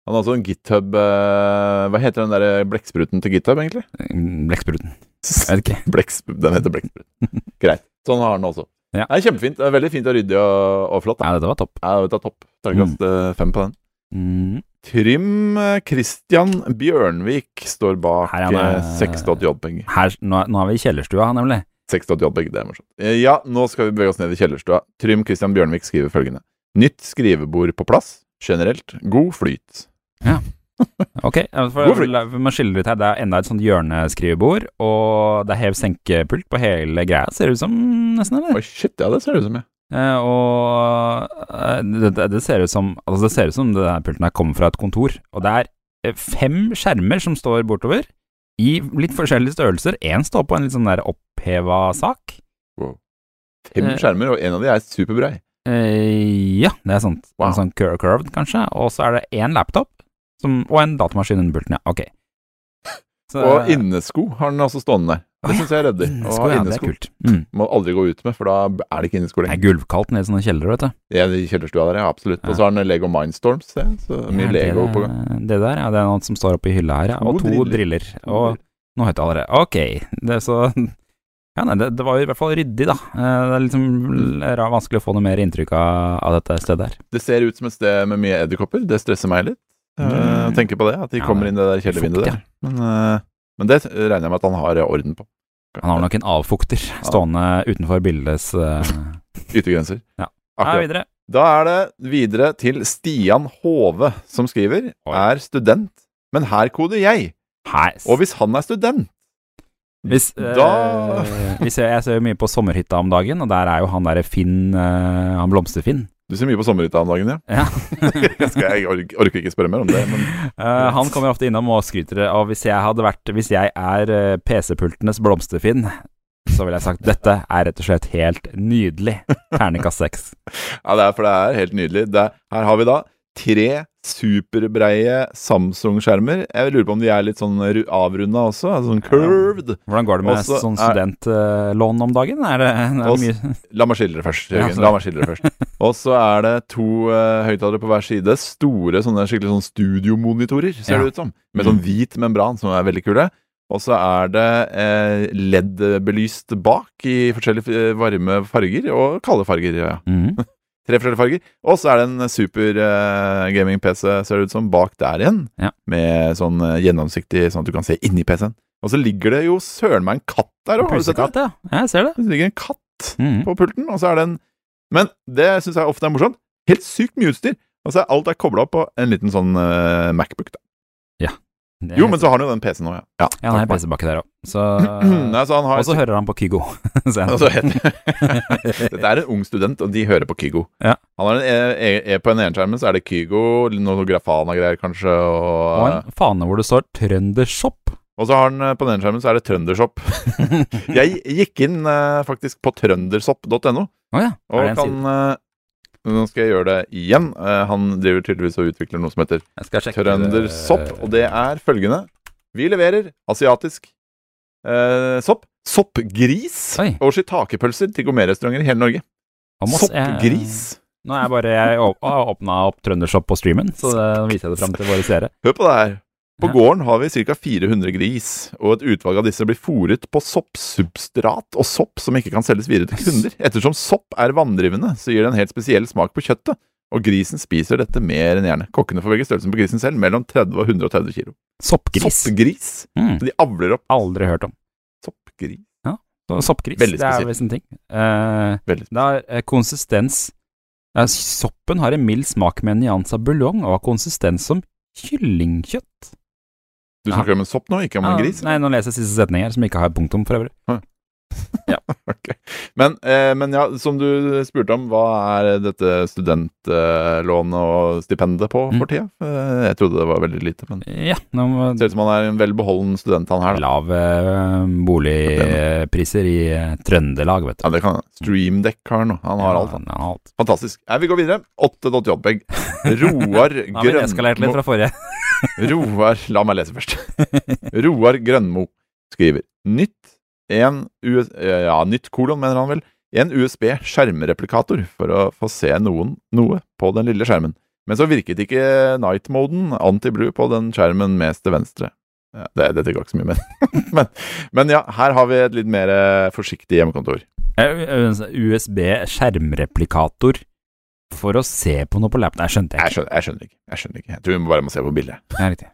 [SPEAKER 1] Han har også en github eh, Hva heter den der blekkspruten til github, egentlig?
[SPEAKER 2] Mm, Blekkspruten. Jeg vet ikke.
[SPEAKER 1] Blekksprut. Den heter blekksprut. Greit. Sånn har den også.
[SPEAKER 2] Ja.
[SPEAKER 1] Det er kjempefint. Det er Veldig fint og ryddig og, og flott. Da.
[SPEAKER 2] Nei, dette var topp.
[SPEAKER 1] Ja, det er topp. Terningkast eh, fem på den.
[SPEAKER 2] Mm.
[SPEAKER 1] Trym eh, Christian Bjørnvik står bak
[SPEAKER 2] Her er han,
[SPEAKER 1] eh,
[SPEAKER 2] eh,
[SPEAKER 1] 6.jpg.
[SPEAKER 2] Her, nå, nå er vi i kjellerstua, nemlig.
[SPEAKER 1] 6.jpg, det er morsomt. Eh, Ja, nå skal vi bevege oss ned i kjellerstua. Trym Christian Bjørnvik skriver følgende. Nytt skrivebord på plass. Generelt god flyt.
[SPEAKER 2] Ok, ja,
[SPEAKER 1] God
[SPEAKER 2] for,
[SPEAKER 1] flyt.
[SPEAKER 2] la- vi må skille litt her. Det er enda et sånt hjørneskrivebord, og det er hev-senke-pult på hele greia, ser det ut som, nesten, eller?
[SPEAKER 1] Oi, shit, ja, det ser det ut som, ja.
[SPEAKER 2] Eh, og eh, det, det- det ser ut som Altså, det ser ut som denne pulten her kommer fra et kontor. Og det er eh, fem skjermer som står bortover, i litt forskjellige størrelser. Én står på en litt sånn der oppheva sak.
[SPEAKER 1] Fem
[SPEAKER 2] Eh.
[SPEAKER 1] skjermer, og en av de er superbrei.
[SPEAKER 2] Eh, ja, det er sant.
[SPEAKER 1] Wow.
[SPEAKER 2] En sånn cur curved, kanskje. Og så er det én laptop som, og en datamaskin under pulten, ja. Ok. Så-
[SPEAKER 1] Og innesko har den altså stående der.
[SPEAKER 2] Å,
[SPEAKER 1] Det syns jeg redder. Å
[SPEAKER 2] Innesko,
[SPEAKER 1] ha
[SPEAKER 2] ja, det er
[SPEAKER 1] innesko.
[SPEAKER 2] kult. Mm.
[SPEAKER 1] Må aldri gå ut med, for da er det ikke innesko
[SPEAKER 2] Det er
[SPEAKER 1] lenger.
[SPEAKER 2] gulvkaldt nede i sånne kjellere, vet du.
[SPEAKER 1] Ja, det er i kjellerstua der, ja, absolutt. Og så har den Lego Mindstorms, se. Så mye
[SPEAKER 2] Ja, det
[SPEAKER 1] Lego
[SPEAKER 2] der-
[SPEAKER 1] på gang.
[SPEAKER 2] Det der, ja. Det er noe som står oppi hylla her, ja.
[SPEAKER 1] To
[SPEAKER 2] Og to driller.
[SPEAKER 1] driller.
[SPEAKER 2] Og nå hørte jeg allerede Ok, det er så ja, nei, det, det var jo i hvert fall ryddig, da. Eh, Det er liksom l- ra- vanskelig å få noe mer inntrykk av, av dette stedet her.
[SPEAKER 1] Det ser ut som et sted med mye edderkopper. Det stresser meg litt. Uh,
[SPEAKER 2] Mm.
[SPEAKER 1] tenker på det, at de
[SPEAKER 2] Ja,
[SPEAKER 1] kommer
[SPEAKER 2] det
[SPEAKER 1] inn det der kjellervinduet
[SPEAKER 2] Fukt, ja.
[SPEAKER 1] der. Men, eh, men det regner jeg med at han har eh, orden på.
[SPEAKER 2] Han har nok en avfukter stående utenfor bildets eh,
[SPEAKER 1] Yttergrenser.
[SPEAKER 2] Ja. Ja,
[SPEAKER 1] Akkurat.
[SPEAKER 2] videre.
[SPEAKER 1] Da er det videre til Stian Hove, som skriver
[SPEAKER 2] Oi.
[SPEAKER 1] Er student, men her koder jeg.
[SPEAKER 2] Hei.
[SPEAKER 1] Og hvis han er student
[SPEAKER 2] Hvis, eh,
[SPEAKER 1] Da-
[SPEAKER 2] vi ser, jeg ser jo mye på Sommerhytta om dagen, og der er jo han derre Finn eh, Han Blomster-Finn.
[SPEAKER 1] Du ser mye på sommerhytta om dagen, ja?
[SPEAKER 2] Ja.
[SPEAKER 1] Jeg skal, jeg ork- orker ikke spørre mer om det, men
[SPEAKER 2] Eh, han kommer ofte innom og skryter. Og hvis jeg hadde vært Hvis jeg er eh, PC-pultenes blomsterfinn, så ville jeg sagt dette er rett og slett helt nydelig. Terningkast seks.
[SPEAKER 1] Ja, det er, for det er helt nydelig. Det er, her har vi da tre superbreie Samsung-skjermer. Jeg lurer på om de er litt sånn ru- avrunda også, altså sånn curved.
[SPEAKER 2] Hvordan går det med
[SPEAKER 1] Også
[SPEAKER 2] sånn
[SPEAKER 1] er-
[SPEAKER 2] studentlån om dagen? Er det, er det
[SPEAKER 1] Også-
[SPEAKER 2] mye
[SPEAKER 1] La meg skildre først, Jørgen.
[SPEAKER 2] Ja,
[SPEAKER 1] La meg skildre først. Og så er det to eh, høyttalere på hver side. Store sånne skikkelig sånn studiomonitorer, ser
[SPEAKER 2] Ja. Mm.
[SPEAKER 1] det ut som. Med sånn hvit membran, som er veldig kule. Og så er det eh, LED-belyst bak i forskjellige eh, varme farger, og kalde farger. Ja.
[SPEAKER 2] Mhm.
[SPEAKER 1] Tre forskjellige farger. Og så er det en super eh, gaming-PC, ser det ut som, bak der igjen.
[SPEAKER 2] Ja.
[SPEAKER 1] Med sånn eh, gjennomsiktig, sånn at du kan se inni PC-en. Og så ligger det jo søren meg en katt der òg, har du sett det?
[SPEAKER 2] Pusekatt, ja. Ja, Jeg ser det.
[SPEAKER 1] Det ligger en katt
[SPEAKER 2] Mhm.
[SPEAKER 1] på pulten, og så er det en Men det syns jeg ofte er morsomt. Helt sykt mye utstyr. Og så er alt er kobla opp på en liten sånn eh, Macbook, da.
[SPEAKER 2] Det-
[SPEAKER 1] Jo, men så har han jo den PC-en òg, ja. ja.
[SPEAKER 2] Ja, han er
[SPEAKER 1] takk for det.
[SPEAKER 2] PC-bakke der òg. Så eh,
[SPEAKER 1] Nei, så han har
[SPEAKER 2] Og så hører han på Kygo. Så jeg-
[SPEAKER 1] Og så heter- Dette er en ung student, og de hører på Kygo.
[SPEAKER 2] Ja.
[SPEAKER 1] Han har en, e, e, e på den ene skjermen så er det Kygo, noe Grafana-greier kanskje,
[SPEAKER 2] og
[SPEAKER 1] og, eh,
[SPEAKER 2] en fane hvor det står Trøndershop.
[SPEAKER 1] og så har han eh, på den ene skjermen så er det Trøndershop. jeg gikk inn eh, faktisk på trøndersopp.no,
[SPEAKER 2] Å ja.
[SPEAKER 1] og
[SPEAKER 2] Er det en
[SPEAKER 1] kan
[SPEAKER 2] side?
[SPEAKER 1] eh, Nå skal jeg gjøre det igjen. Eh, han driver tydeligvis og utvikler noe som heter
[SPEAKER 2] Jeg skal sjekke eh, det.
[SPEAKER 1] Trøndersopp, og det er følgende. Vi leverer asiatisk eh, sopp, soppgris
[SPEAKER 2] Oi.
[SPEAKER 1] og shiitakepølser til gourmetrestauranter i hele Norge.
[SPEAKER 2] Og Moss er-
[SPEAKER 1] Soppgris.
[SPEAKER 2] Nå er jeg bare Jeg å- har åpna opp Trøndershop på streamen, så det, nå viser jeg det fram til våre seere.
[SPEAKER 1] Hør på det her. På
[SPEAKER 2] Ja.
[SPEAKER 1] gården har vi ca. 400 gris, og et utvalg av disse blir fôret på soppsubstrat og sopp som ikke kan selges videre til kunder. Ettersom sopp er vanndrivende, så gir det en helt spesiell smak på kjøttet, og grisen spiser dette mer enn gjerne. Kokkene får velge størrelsen på grisen selv, mellom 30 og 130 kilo.
[SPEAKER 2] Soppgris.
[SPEAKER 1] Soppgris.
[SPEAKER 2] Mm.
[SPEAKER 1] De avler opp
[SPEAKER 2] Aldri hørt om.
[SPEAKER 1] soppgris.
[SPEAKER 2] Så Soppgris,
[SPEAKER 1] Veldig
[SPEAKER 2] det er
[SPEAKER 1] spesielt.
[SPEAKER 2] visst en ting. Eh,
[SPEAKER 1] Veldig
[SPEAKER 2] det har eh, konsistens eh, Soppen har en mild smak med en nyanse av buljong og har konsistens som kyllingkjøtt.
[SPEAKER 1] Du
[SPEAKER 2] Ja.
[SPEAKER 1] snakker om en sopp nå, ikke om en
[SPEAKER 2] Ja,
[SPEAKER 1] gris?
[SPEAKER 2] Nei, nå leser jeg siste setning her, som ikke har punktum for øvrig.
[SPEAKER 1] Ok. Men, eh, men ja, som du spurte om, hva er dette studentlånet og stipendet på
[SPEAKER 2] Mm.
[SPEAKER 1] for tida? Eh, Jeg trodde det var veldig lite, men
[SPEAKER 2] Ja, nå må
[SPEAKER 1] det ser ut som han er en velbeholden student, han her. da.
[SPEAKER 2] Lav eh, boligpriser i eh, Trøndelag, vet du.
[SPEAKER 1] Ja, det kan Streamdeck har han, nå. han har alt. Han.
[SPEAKER 2] Ja, alt.
[SPEAKER 1] Fantastisk. Nei, vi går videre. 8.jpeg. Roar
[SPEAKER 2] Nå har vi eskalert litt
[SPEAKER 1] Grønmo
[SPEAKER 2] fra forrige.
[SPEAKER 1] Roar La meg lese først. Roar Grønmo skriver Nytt en US eh, Ja, nytt kolon, mener han vel. En USB-skjermreplikator for å få se noen noe på den lille skjermen. Men så virket ikke night-moden anti-blue på den skjermen mest til venstre. Ja, det, dette går ikke så mye med. men, men ja, her har vi et litt mer eh, forsiktig hjemmekontor.
[SPEAKER 2] USB-skjermreplikator for å se på noe på lap... Nei, skjønte jeg
[SPEAKER 1] Jeg
[SPEAKER 2] ikke.
[SPEAKER 1] skjønner, jeg skjønner ikke. Jeg skjønner ikke. Jeg tror vi bare må se på bildet.
[SPEAKER 2] Det er riktig.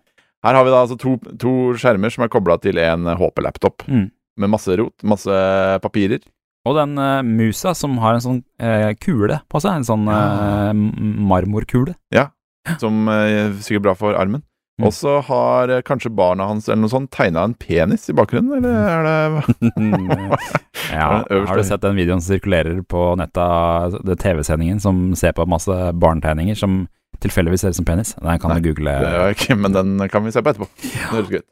[SPEAKER 1] Her har vi da altså to, to skjermer som er kobla til en HP-laptop.
[SPEAKER 2] Mm.
[SPEAKER 1] Med masse rot, masse papirer.
[SPEAKER 2] Og den eh, musa som har en sånn eh, kule på seg, en sånn eh, m- marmorkule.
[SPEAKER 1] Som eh, er sikkert bra for armen.
[SPEAKER 2] Mm.
[SPEAKER 1] Og så har eh, kanskje barna hans eller noe sånt tegna en penis i bakgrunnen, eller er det
[SPEAKER 2] Mm, ja,
[SPEAKER 1] Den øverste
[SPEAKER 2] har du sett den videoen som sirkulerer på nettet av det TV-sendingen, som ser på masse barnetegninger som tilfeldigvis ser ut som penis? Den kan
[SPEAKER 1] Nei,
[SPEAKER 2] du google.
[SPEAKER 1] Det gjør jeg ikke, men den kan vi se på etterpå. Det høres gøy ut.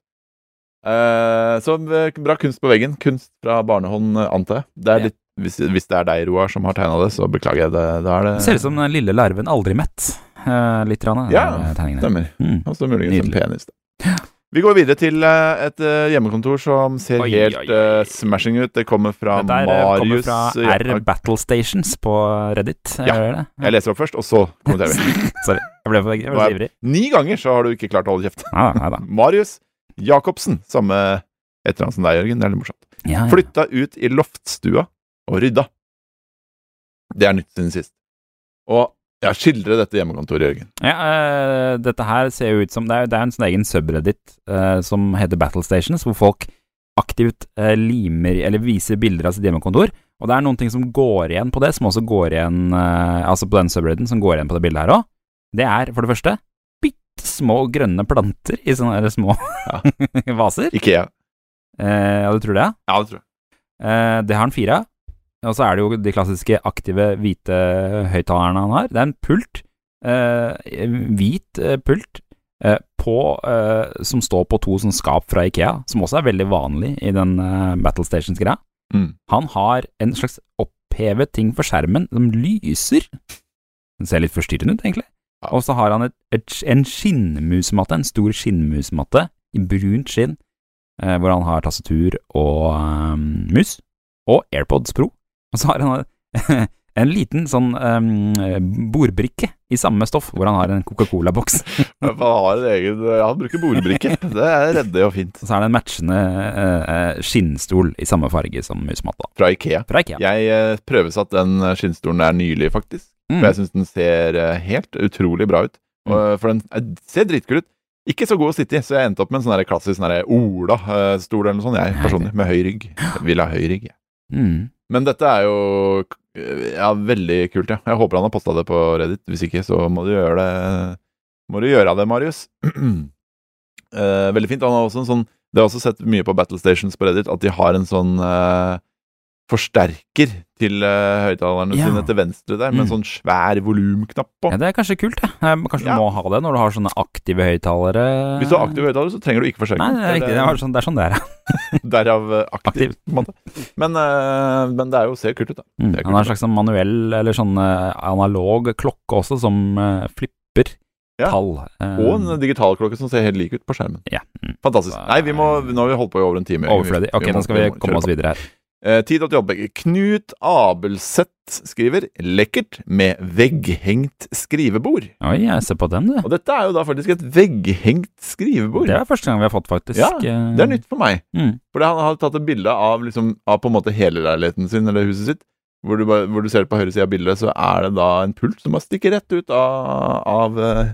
[SPEAKER 1] Eh, så eh, bra kunst på veggen. Kunst fra barnehånd, eh, antar jeg. Det
[SPEAKER 2] Ja.
[SPEAKER 1] er litt, hvis, hvis det er deg, Roar, som har tegna det, så beklager jeg. Det, da er det
[SPEAKER 2] Det ser ut som den lille larven aldri mett. eh, litt rann,
[SPEAKER 1] Ja,
[SPEAKER 2] eh, tegningene.
[SPEAKER 1] Stemmer.
[SPEAKER 2] Mm.
[SPEAKER 1] Og så muligens
[SPEAKER 2] Nydelig.
[SPEAKER 1] en penis. Da. Vi går videre til eh, et eh, hjemmekontor som ser
[SPEAKER 2] Oi,
[SPEAKER 1] helt
[SPEAKER 2] oi, oi.
[SPEAKER 1] eh, smashing ut. Det kommer fra
[SPEAKER 2] Dette her, eh, kommer
[SPEAKER 1] Marius
[SPEAKER 2] fra
[SPEAKER 1] eh,
[SPEAKER 2] R Battle Stations på Reddit. Eh,
[SPEAKER 1] Ja,
[SPEAKER 2] Gjør det?
[SPEAKER 1] Jeg leser opp først, og så kommenterer vi.
[SPEAKER 2] Sorry, jeg ble for jeg ble
[SPEAKER 1] Hva
[SPEAKER 2] så
[SPEAKER 1] er-
[SPEAKER 2] ivrig.
[SPEAKER 1] Ni ganger så har du ikke klart å holde kjeft.
[SPEAKER 2] Ja, da, ja, da.
[SPEAKER 1] Marius Jacobsen, samme etternavn som deg, Jørgen. Det er litt morsomt.
[SPEAKER 2] Ja, ja.
[SPEAKER 1] Flytta ut i loftstua og rydda. Det er nytt siden sist. Og jeg skildrer dette hjemmekontoret, Jørgen.
[SPEAKER 2] Ja, eh, dette her ser jo ut som Det er, det er en sånn egen subreddit eh, som heter Battle Stations, hvor folk aktivt eh, limer eller viser bilder av sitt hjemmekontor. Og det er noen ting som går igjen på det, som også går igjen eh, Altså på den subredditen som går igjen på det bildet her òg. Det er for det første bitte små grønne planter i sånne her små vaser.
[SPEAKER 1] Ikea.
[SPEAKER 2] Eh, ja, du tror det? ja?
[SPEAKER 1] Ja, det tror jeg.
[SPEAKER 2] Eh, det har han fire av. Og så er det jo de klassiske aktive hvite høyttalerne han har. Det er en pult, eh, en hvit eh, pult, eh, på, eh, som står på to sånne skap fra Ikea, som også er veldig vanlig i den eh, Battle Stations-greia.
[SPEAKER 1] Mm.
[SPEAKER 2] Han har en slags opphevet ting for skjermen som lyser. Den ser litt forstyrrende ut, egentlig.
[SPEAKER 1] Ja.
[SPEAKER 2] Og så har han et, et, en skinnmusmatte, en stor skinnmusmatte i brunt skinn, eh, hvor han har tastatur og eh, mus, og AirPods Pro. Og så har han en liten sånn eh, bordbrikke i samme stoff, hvor han har en Coca-Cola-boks.
[SPEAKER 1] Han har en egen Han bruker bordbrikke. Det er reddig og fint.
[SPEAKER 2] Og så er det en matchende eh, skinnstol i samme farge som musmatta.
[SPEAKER 1] Fra Ikea.
[SPEAKER 2] Fra Ikea.
[SPEAKER 1] Jeg eh, prøvesatt den eh, skinnstolen der nylig, faktisk.
[SPEAKER 2] Mm.
[SPEAKER 1] For jeg syns den ser eh, helt utrolig bra ut. Og, eh, For den eh, ser dritkul ut. Ikke så god å sitte i, så jeg endte opp med en sånn her klassisk sånn her Ola-stol eller noe sånt, jeg personlig. Med høy rygg. Jeg Vil ha høy rygg, jeg.
[SPEAKER 2] Mm.
[SPEAKER 1] Men dette er jo eh, ja, veldig kult, ja. Jeg håper han har posta det på Reddit. Hvis ikke, så må du gjøre det Må du gjøre av det, Marius. Eh, veldig fint. Han har også en sånn Det har jeg også sett mye på Battle Stations på Reddit, at de har en sånn eh, forsterker til eh, høyttalerne
[SPEAKER 2] Ja.
[SPEAKER 1] sine til venstre der, med en
[SPEAKER 2] Mm.
[SPEAKER 1] sånn svær volumknapp på.
[SPEAKER 2] Ja, det er kanskje kult, det. Eh, Kanskje
[SPEAKER 1] Ja.
[SPEAKER 2] du må ha det når du har sånne aktive høyttalere.
[SPEAKER 1] Hvis du har aktiv høyttaler, så trenger du ikke forsterker.
[SPEAKER 2] Nei, det er riktig. Det er sånn det er. Sånn det er.
[SPEAKER 1] Derav eh, aktiv,
[SPEAKER 2] Aktiv.
[SPEAKER 1] på en måte. Men, eh, men det er jo ser kult ut, da.
[SPEAKER 2] Mm.
[SPEAKER 1] Det er kult,
[SPEAKER 2] Han har en slags sånn manuell eller sånn eh, analog klokke også, som eh, flipper
[SPEAKER 1] Ja.
[SPEAKER 2] tall. Eh,
[SPEAKER 1] Og en digital klokke som ser helt lik ut på skjermen.
[SPEAKER 2] Ja. Mm.
[SPEAKER 1] Fantastisk.
[SPEAKER 2] Så-
[SPEAKER 1] Nei, vi må, nå har vi holdt på i over en time. Jørgen.
[SPEAKER 2] Overflødig. Ok,
[SPEAKER 1] må-
[SPEAKER 2] nå skal vi
[SPEAKER 1] må
[SPEAKER 2] komme
[SPEAKER 1] kjøre
[SPEAKER 2] oss
[SPEAKER 1] på.
[SPEAKER 2] videre her.
[SPEAKER 1] Eh, Tid.jpg. Knut Abelseth skriver 'Lekkert med vegghengt skrivebord'.
[SPEAKER 2] Oi, jeg ser på den, du.
[SPEAKER 1] Og dette er jo da faktisk et vegghengt skrivebord.
[SPEAKER 2] Det er første gang vi har fått, faktisk.
[SPEAKER 1] ja,
[SPEAKER 2] eh,
[SPEAKER 1] det er nytt for meg.
[SPEAKER 2] Mm.
[SPEAKER 1] For han har tatt et bilde av, liksom, av på en måte hele leiligheten sin, eller huset sitt. Hvor du, bare, hvor du ser det på høyre side av bildet, så er det da en pult som bare stikker rett ut av, av eh,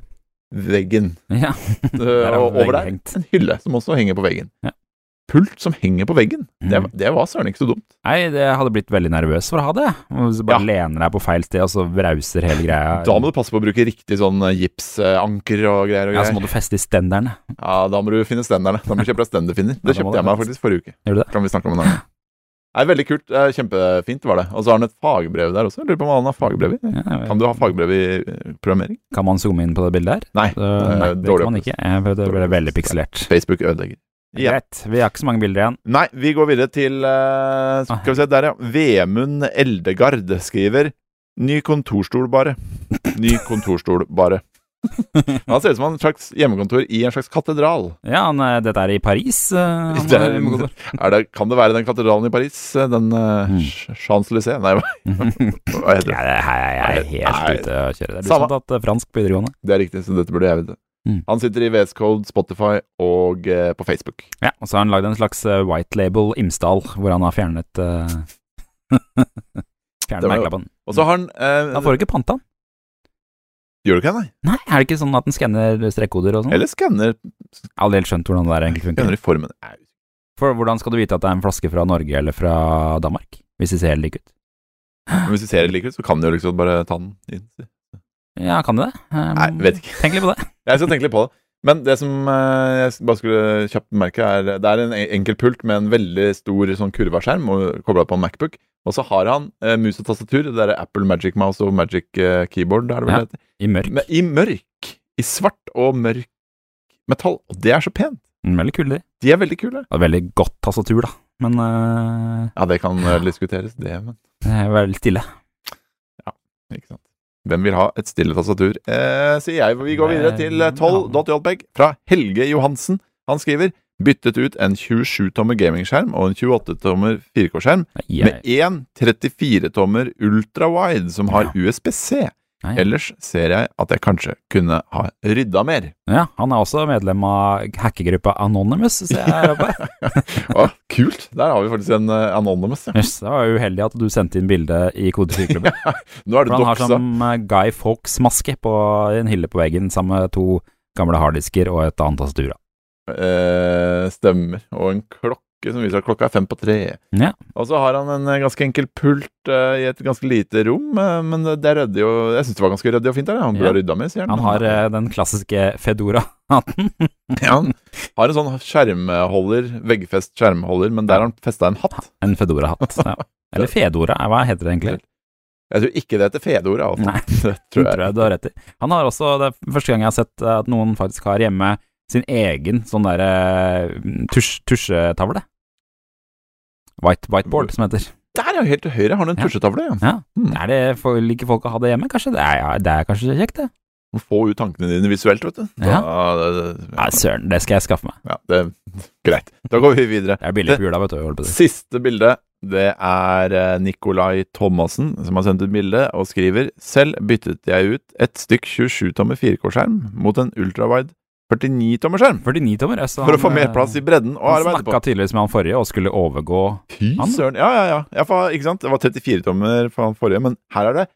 [SPEAKER 1] veggen.
[SPEAKER 2] Ja.
[SPEAKER 1] Eh,
[SPEAKER 2] er
[SPEAKER 1] og over der
[SPEAKER 2] vegghengt.
[SPEAKER 1] en hylle som også henger på veggen.
[SPEAKER 2] Ja.
[SPEAKER 1] Pult som henger på veggen. Det,
[SPEAKER 2] Mm.
[SPEAKER 1] det var søren ikke så dumt.
[SPEAKER 2] Nei, det, jeg hadde blitt veldig nervøs for å ha det. Hvis du bare lener deg på feil sted, og så brauser hele greia.
[SPEAKER 1] Da må du passe på å bruke riktig sånn eh, gipsanker og greier og
[SPEAKER 2] ja, så
[SPEAKER 1] greier.
[SPEAKER 2] må du feste i stenderne.
[SPEAKER 1] Ja, da må du finne stenderne. Da må du kjøpe deg stenderfinner. Det
[SPEAKER 2] Ja, da må
[SPEAKER 1] kjøpte
[SPEAKER 2] du
[SPEAKER 1] jeg meg
[SPEAKER 2] det.
[SPEAKER 1] faktisk forrige uke.
[SPEAKER 2] Gjør du det?
[SPEAKER 1] Kan vi snakke om en annen gang. Nei, veldig kult. Eh, Kjempefint var det. Og så har han et fagbrev der også. Jeg Lurer på om han har fagbrev i.
[SPEAKER 2] Ja, jeg-
[SPEAKER 1] Kan du ha fagbrev i eh, programmering?
[SPEAKER 2] Kan man zoome inn på det bildet her?
[SPEAKER 1] Nei.
[SPEAKER 2] Så, nei,
[SPEAKER 1] eh,
[SPEAKER 2] det
[SPEAKER 1] dårlig
[SPEAKER 2] kan man ikke.
[SPEAKER 1] opplevelse.
[SPEAKER 2] Jeg ble, det ble
[SPEAKER 1] Dårlig
[SPEAKER 2] veldig
[SPEAKER 1] opplevelse.
[SPEAKER 2] pikselert.
[SPEAKER 1] Facebook ødelegger. Ja.
[SPEAKER 2] Greit. Vi har ikke så mange bilder igjen.
[SPEAKER 1] Nei, vi går videre til eh, Skal vi se, der, ja. Vemund Eldegard skriver Ny kontorstol, bare. Ny kontorstol, bare. Han ser ut som han har en slags hjemmekontor i en slags katedral.
[SPEAKER 2] Ja, han, eh, dette er i Paris. eh, han,
[SPEAKER 1] Det er-
[SPEAKER 2] eh, må gå der.
[SPEAKER 1] Er det, kan det være den katedralen i Paris? eh, Den uh,
[SPEAKER 2] Mm.
[SPEAKER 1] Champs-Élysées? Nei, hva, hva heter det?
[SPEAKER 2] Ja, det her er
[SPEAKER 1] Nei.
[SPEAKER 2] jeg helt ute å kjøre. Det er du
[SPEAKER 1] Samme.
[SPEAKER 2] som har tatt eh, fransk på videregående.
[SPEAKER 1] Det er riktig, så dette burde jeg vite.
[SPEAKER 2] Mm.
[SPEAKER 1] Han sitter i VS Code, Spotify og eh, på Facebook.
[SPEAKER 2] Ja, Og så har han lagd en slags eh, white label Imsdal, hvor han har fjernet eh,
[SPEAKER 1] Det var
[SPEAKER 2] Fjernet
[SPEAKER 1] jo-
[SPEAKER 2] merkelappen.
[SPEAKER 1] Og så har han eh,
[SPEAKER 2] Han får ikke panta den.
[SPEAKER 1] Gjør du ikke det, nei?
[SPEAKER 2] Nei, er det ikke sånn at den skanner strekkoder og sånn?
[SPEAKER 1] Eller skanner,
[SPEAKER 2] Jeg har aldri helt skjønt hvordan det der egentlig funker.
[SPEAKER 1] skanner i formen. Nei,
[SPEAKER 2] For hvordan skal du vite at det er en flaske fra Norge eller fra Danmark, hvis de ser helt like ut?
[SPEAKER 1] Men hvis du ser det likevel, så kan du jo liksom bare ta den inn.
[SPEAKER 2] Ja, kan de det? Um,
[SPEAKER 1] Nei, vet ikke.
[SPEAKER 2] Tenk litt på det.
[SPEAKER 1] Jeg skal tenke litt på det. Men det som eh, jeg bare skulle kjapt merke, er Det er en enkel pult med en veldig stor sånn kurva skjerm kobla på en Macbook. Og så har han eh, mus og tastatur, det derre Apple Magic Mouse og Magic eh, Keyboard, er det vel
[SPEAKER 2] Ja.
[SPEAKER 1] det heter.
[SPEAKER 2] I mørk.
[SPEAKER 1] Men i mørk. I svart og mørk metall. Og det er så pent.
[SPEAKER 2] Mm, Veldig kule, de.
[SPEAKER 1] De er veldig kule.
[SPEAKER 2] Det er veldig godt tastatur, da. Men eh,
[SPEAKER 1] Ja, det kan eh, diskuteres, det, men
[SPEAKER 2] det er veldig stille.
[SPEAKER 1] ikke sant. Hvem vil ha et stille tastatur? Eh, sier jeg. Vi går videre
[SPEAKER 2] Nei,
[SPEAKER 1] til eh,
[SPEAKER 2] ja.
[SPEAKER 1] 12.jpg fra Helge Johansen. Han skriver byttet ut en 27-tommer gamingskjerm og en 28-tommer 4K-skjerm
[SPEAKER 2] Nei,
[SPEAKER 1] med
[SPEAKER 2] jeg,
[SPEAKER 1] én 34-tommer ultrawide som har USBC.
[SPEAKER 2] nei.
[SPEAKER 1] Ellers ser jeg at jeg kanskje kunne ha rydda mer.
[SPEAKER 2] Ja, han er også medlem av hackegruppa Anonymous, ser jeg her oppe.
[SPEAKER 1] Å, kult! Der har vi faktisk en eh, anonymous. Ja.
[SPEAKER 2] Jøss, det var jo uheldig at du sendte inn bilde i kodesyklubben.
[SPEAKER 1] Nå er
[SPEAKER 2] For
[SPEAKER 1] det
[SPEAKER 2] han har
[SPEAKER 1] doksa.
[SPEAKER 2] som eh, Guy Fawkes-maske på en hylle på veggen sammen med to gamle harddisker og et annet tastatur. da.
[SPEAKER 1] Eh, stemmer. Og en klokke som viser at klokka er fem på tre.
[SPEAKER 2] Ja.
[SPEAKER 1] Og så har han en eh, ganske enkel pult eh, i et ganske lite rom, eh, men det er ryddig og Jeg syns det var ganske ryddig og fint der. ja. Han burde
[SPEAKER 2] Ja.
[SPEAKER 1] ha rydda med, sier han.
[SPEAKER 2] Han har eh, den klassiske Fedora-hatten.
[SPEAKER 1] ja, han har en sånn skjermholder, veggfest skjermholder, men der har han festa en hatt.
[SPEAKER 2] En Fedora-hatt. Ja. Eller Fedora, eh, hva heter det egentlig?
[SPEAKER 1] Jeg tror ikke det heter Fedora. altså.
[SPEAKER 2] Nei.
[SPEAKER 1] det
[SPEAKER 2] Tror
[SPEAKER 1] tror
[SPEAKER 2] jeg.
[SPEAKER 1] jeg.
[SPEAKER 2] du har rett i. Han har også, det er første gang jeg har sett eh, at noen faktisk har hjemme sin egen sånn derre tusj, tusjetavle. White, whiteboard, som heter.
[SPEAKER 1] Der, ja! Helt til høyre har han en
[SPEAKER 2] Ja.
[SPEAKER 1] tusjetavle. Ja.
[SPEAKER 2] Ja.
[SPEAKER 1] Hmm.
[SPEAKER 2] Er det for, liker folk å ha det hjemme, kanskje? Det er, ja, det er kanskje kjekt, det.
[SPEAKER 1] Må Få ut tankene dine visuelt, vet du. Da,
[SPEAKER 2] Nei, søren, det skal jeg skaffe meg.
[SPEAKER 1] ja, det, greit. Da går vi videre.
[SPEAKER 2] Det er billig på jula, vet du. Jeg holder på å si.
[SPEAKER 1] Siste bilde, det er eh, Nikolai Thomassen som har sendt et bilde og skriver Selv byttet jeg ut et stykk 27-tommer 4K-skjerm mot en ultrawide 49-tommer-skjerm
[SPEAKER 2] 49 tommer. ja, så
[SPEAKER 1] for å
[SPEAKER 2] han, eh,
[SPEAKER 1] få mer plass i bredden å
[SPEAKER 2] Han
[SPEAKER 1] arbeide på.
[SPEAKER 2] snakka tydeligvis med han forrige og skulle overgå
[SPEAKER 1] Fy
[SPEAKER 2] han.
[SPEAKER 1] søren. Ja, ja, ja. ja for, ikke sant? Det var 34-tommer for han forrige, men her er det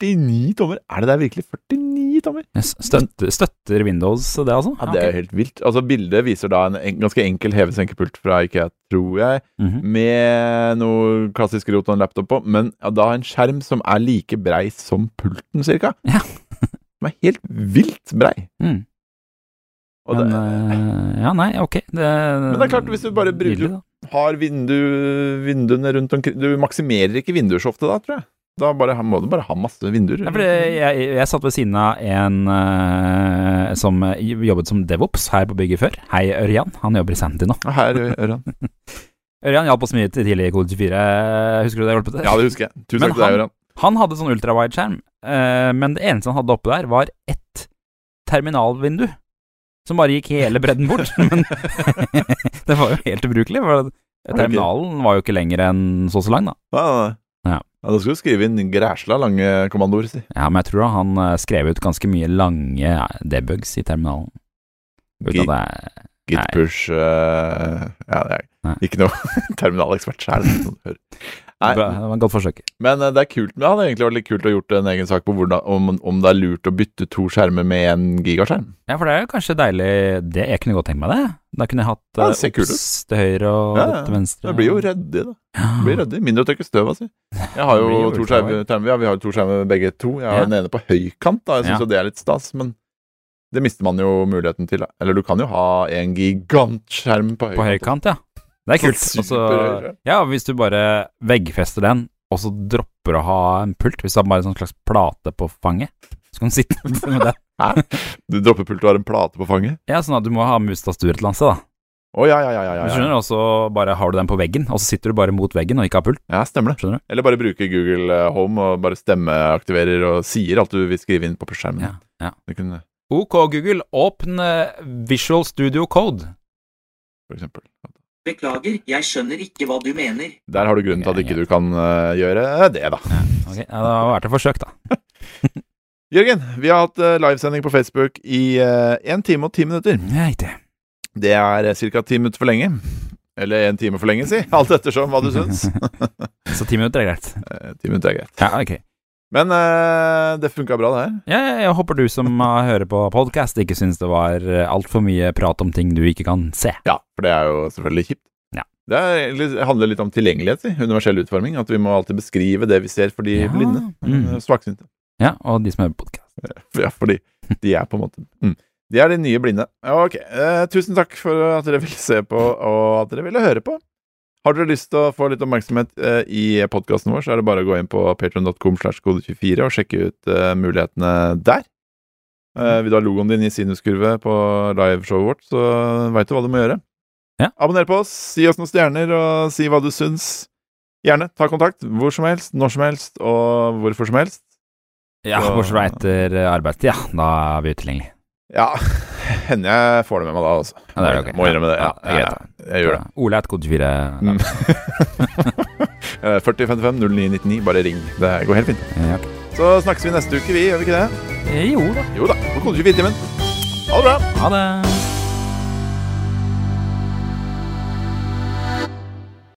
[SPEAKER 1] 49 tommer! Er det der virkelig 49 tommer?
[SPEAKER 2] Yes, støtter, støtter Windows det, altså?
[SPEAKER 1] Ja, Det er jo helt vilt. Altså, Bildet viser da en, en ganske enkel hevesenkepult fra IKEA, tror jeg.
[SPEAKER 2] Mhm.
[SPEAKER 1] med noe klassisk rot og en laptop på, men ja, da en skjerm som er like brei som pulten, cirka.
[SPEAKER 2] Ja.
[SPEAKER 1] som er helt vilt brei.
[SPEAKER 2] Mm.
[SPEAKER 1] Og
[SPEAKER 2] Men,
[SPEAKER 1] det,
[SPEAKER 2] eh, ja, nei, ok. Det, Men
[SPEAKER 1] det er klart, hvis du bare bruker-
[SPEAKER 2] eh,
[SPEAKER 1] har vindu, vinduene rundt omkring Du maksimerer ikke vinduer så ofte da, tror jeg. Da bare, må du bare ha masse vinduer.
[SPEAKER 2] Nei, for det, jeg, jeg satt ved siden av en eh, som eh, jobbet som devops her på bygget før. Hei, Ørjan. Han jobber i Sandy nå.
[SPEAKER 1] Ja, Her, Ørjan.
[SPEAKER 2] Ørjan hjalp oss mye til tidlig i Kode 24. Husker du det? jeg holdt på å si?
[SPEAKER 1] Ja, det husker jeg. Tusen
[SPEAKER 2] Men
[SPEAKER 1] takk til deg,
[SPEAKER 2] han-
[SPEAKER 1] Ørjan.
[SPEAKER 2] Han hadde sånn ultrawide-skjerm, eh, men det eneste han hadde oppe der, var ett terminalvindu. Som bare gikk hele bredden bort. Men det var jo helt ubrukelig. For Terminalen var jo ikke lenger enn så og så lang, da.
[SPEAKER 1] Nei, nei, nei.
[SPEAKER 2] Ja.
[SPEAKER 1] Ja, da skal du skrive inn græsla lange kommandoer, si.
[SPEAKER 2] Ja, men jeg tror da han eh, skrev ut ganske mye lange debugs i terminalen. Uten at jeg
[SPEAKER 1] Git
[SPEAKER 2] Nei.
[SPEAKER 1] push eh, Ja, det er
[SPEAKER 2] Nei.
[SPEAKER 1] ikke noe terminalekspert sjæl. Nei,
[SPEAKER 2] Bra, Det var et godt forsøk.
[SPEAKER 1] men eh, det er kult. Men det hadde egentlig vært litt kult å gjort en egen sak på hvordan, om, om det er lurt å bytte to skjermer med en gigaskjerm.
[SPEAKER 2] Ja, for det er jo kanskje deilig Det Jeg kunne godt tenkt meg det. Da kunne jeg hatt
[SPEAKER 1] Ja, det
[SPEAKER 2] eh,
[SPEAKER 1] ser kult
[SPEAKER 2] obs til høyre og
[SPEAKER 1] Ja,
[SPEAKER 2] rødt
[SPEAKER 1] ja.
[SPEAKER 2] til venstre.
[SPEAKER 1] Det blir jo ryddig, da. Det
[SPEAKER 2] Ja.
[SPEAKER 1] Blir ryddig. Mindre å tørke støv av, si. Jeg har
[SPEAKER 2] Det blir
[SPEAKER 1] jo
[SPEAKER 2] jo
[SPEAKER 1] to
[SPEAKER 2] ultra
[SPEAKER 1] skjermer, term- ja, vi har jo to skjermer begge to. Jeg har
[SPEAKER 2] Ja.
[SPEAKER 1] den ene på høykant, da. Jeg syns
[SPEAKER 2] Ja.
[SPEAKER 1] jo det er litt stas, men det mister man jo muligheten til. Da. Eller du kan jo ha en gigantskjerm på høykant.
[SPEAKER 2] På høykant, ja. Det er kult.
[SPEAKER 1] Så
[SPEAKER 2] Og så,
[SPEAKER 1] Sånn superhøyre.
[SPEAKER 2] ja, hvis du bare veggfester den, og så dropper å ha en pult, hvis du har bare en sånn slags plate på fanget, så kan du sitte med den.
[SPEAKER 1] Du dropper pult og har en plate på fanget?
[SPEAKER 2] Ja, sånn at du må ha musetastatur et eller annet sted, da.
[SPEAKER 1] Å ja, ja, ja. ja,
[SPEAKER 2] Du
[SPEAKER 1] ja, ja.
[SPEAKER 2] skjønner, og så bare har du den på veggen, og så sitter du bare mot veggen og ikke har pult.
[SPEAKER 1] ja stemmer det.
[SPEAKER 2] Skjønner du?
[SPEAKER 1] Eller bare bruke Google eh, Home og bare stemmeaktiverer og sier alt du vil skrive inn på skjermen.
[SPEAKER 2] Ja, ja.
[SPEAKER 1] Det kunne
[SPEAKER 2] Ok, Google, åpne Visual Studio Code.
[SPEAKER 1] for eksempel
[SPEAKER 6] Beklager, jeg skjønner ikke hva du mener.
[SPEAKER 1] Der har du grunnen til at ikke du kan eh, gjøre det, da.
[SPEAKER 2] Ok, ja, Det har vært et forsøk, da.
[SPEAKER 1] Jørgen, vi har hatt eh, livesending på Facebook i én time og ti minutter.
[SPEAKER 2] Nei, det.
[SPEAKER 1] Det er ca. ti minutter for lenge. Eller én time for lenge, si. Alt ettersom hva du syns.
[SPEAKER 2] Så ti minutter er greit.
[SPEAKER 1] Eh, Ti minutter er greit.
[SPEAKER 2] Ja, ok.
[SPEAKER 1] Men eh, det funka bra, det her.
[SPEAKER 2] Jeg, jeg håper du som eh, hører på podkast, ikke syns det var altfor mye prat om ting du ikke kan se.
[SPEAKER 1] Ja, for det er jo selvfølgelig kjipt.
[SPEAKER 2] Ja.
[SPEAKER 1] Det er, egentlig- det handler litt om tilgjengelighet, si. Universell utforming. At vi må alltid beskrive det vi ser for de
[SPEAKER 2] Ja.
[SPEAKER 1] blinde.
[SPEAKER 2] Mm.
[SPEAKER 1] eh, Svaksynte.
[SPEAKER 2] Ja, og de som hører på podkast.
[SPEAKER 1] Ja, fordi de er på en måte mm. De er de nye blinde. Ja, Ok, eh, tusen takk for at dere ville se på, og at dere ville høre på. Har dere lyst til å få litt oppmerksomhet eh, i podkasten vår, så er det bare å gå inn på patreon.com slash kode24 og sjekke ut eh, mulighetene der. Eh, vil du ha logoen din i sinuskurve på liveshowet vårt, så veit du hva du må gjøre.
[SPEAKER 2] Ja.
[SPEAKER 1] Abonner på oss, gi oss noen stjerner, og si hva du syns. Gjerne ta kontakt hvor som helst, når som helst og hvorfor som helst.
[SPEAKER 2] Ja,
[SPEAKER 1] Så-
[SPEAKER 2] bortsett fra etter eh, arbeidstid, ja. Da er vi utilgjengelige.
[SPEAKER 1] Ja, hender jeg får det med meg da, altså.
[SPEAKER 2] Ja, det er ok.
[SPEAKER 1] Må innrømme det. Ja,
[SPEAKER 2] Ja, ja,
[SPEAKER 1] jeg, jeg gjør det.
[SPEAKER 2] Ole er et kode 24.
[SPEAKER 1] Mm. Eh, 4055 0999, bare ring. Det går helt fint.
[SPEAKER 2] Ja,
[SPEAKER 1] Så snakkes vi neste uke, vi. Gjør vi ikke det?
[SPEAKER 2] Jo da.
[SPEAKER 1] Jo da. På kode 24-timen. Ha det bra!
[SPEAKER 2] Ha det.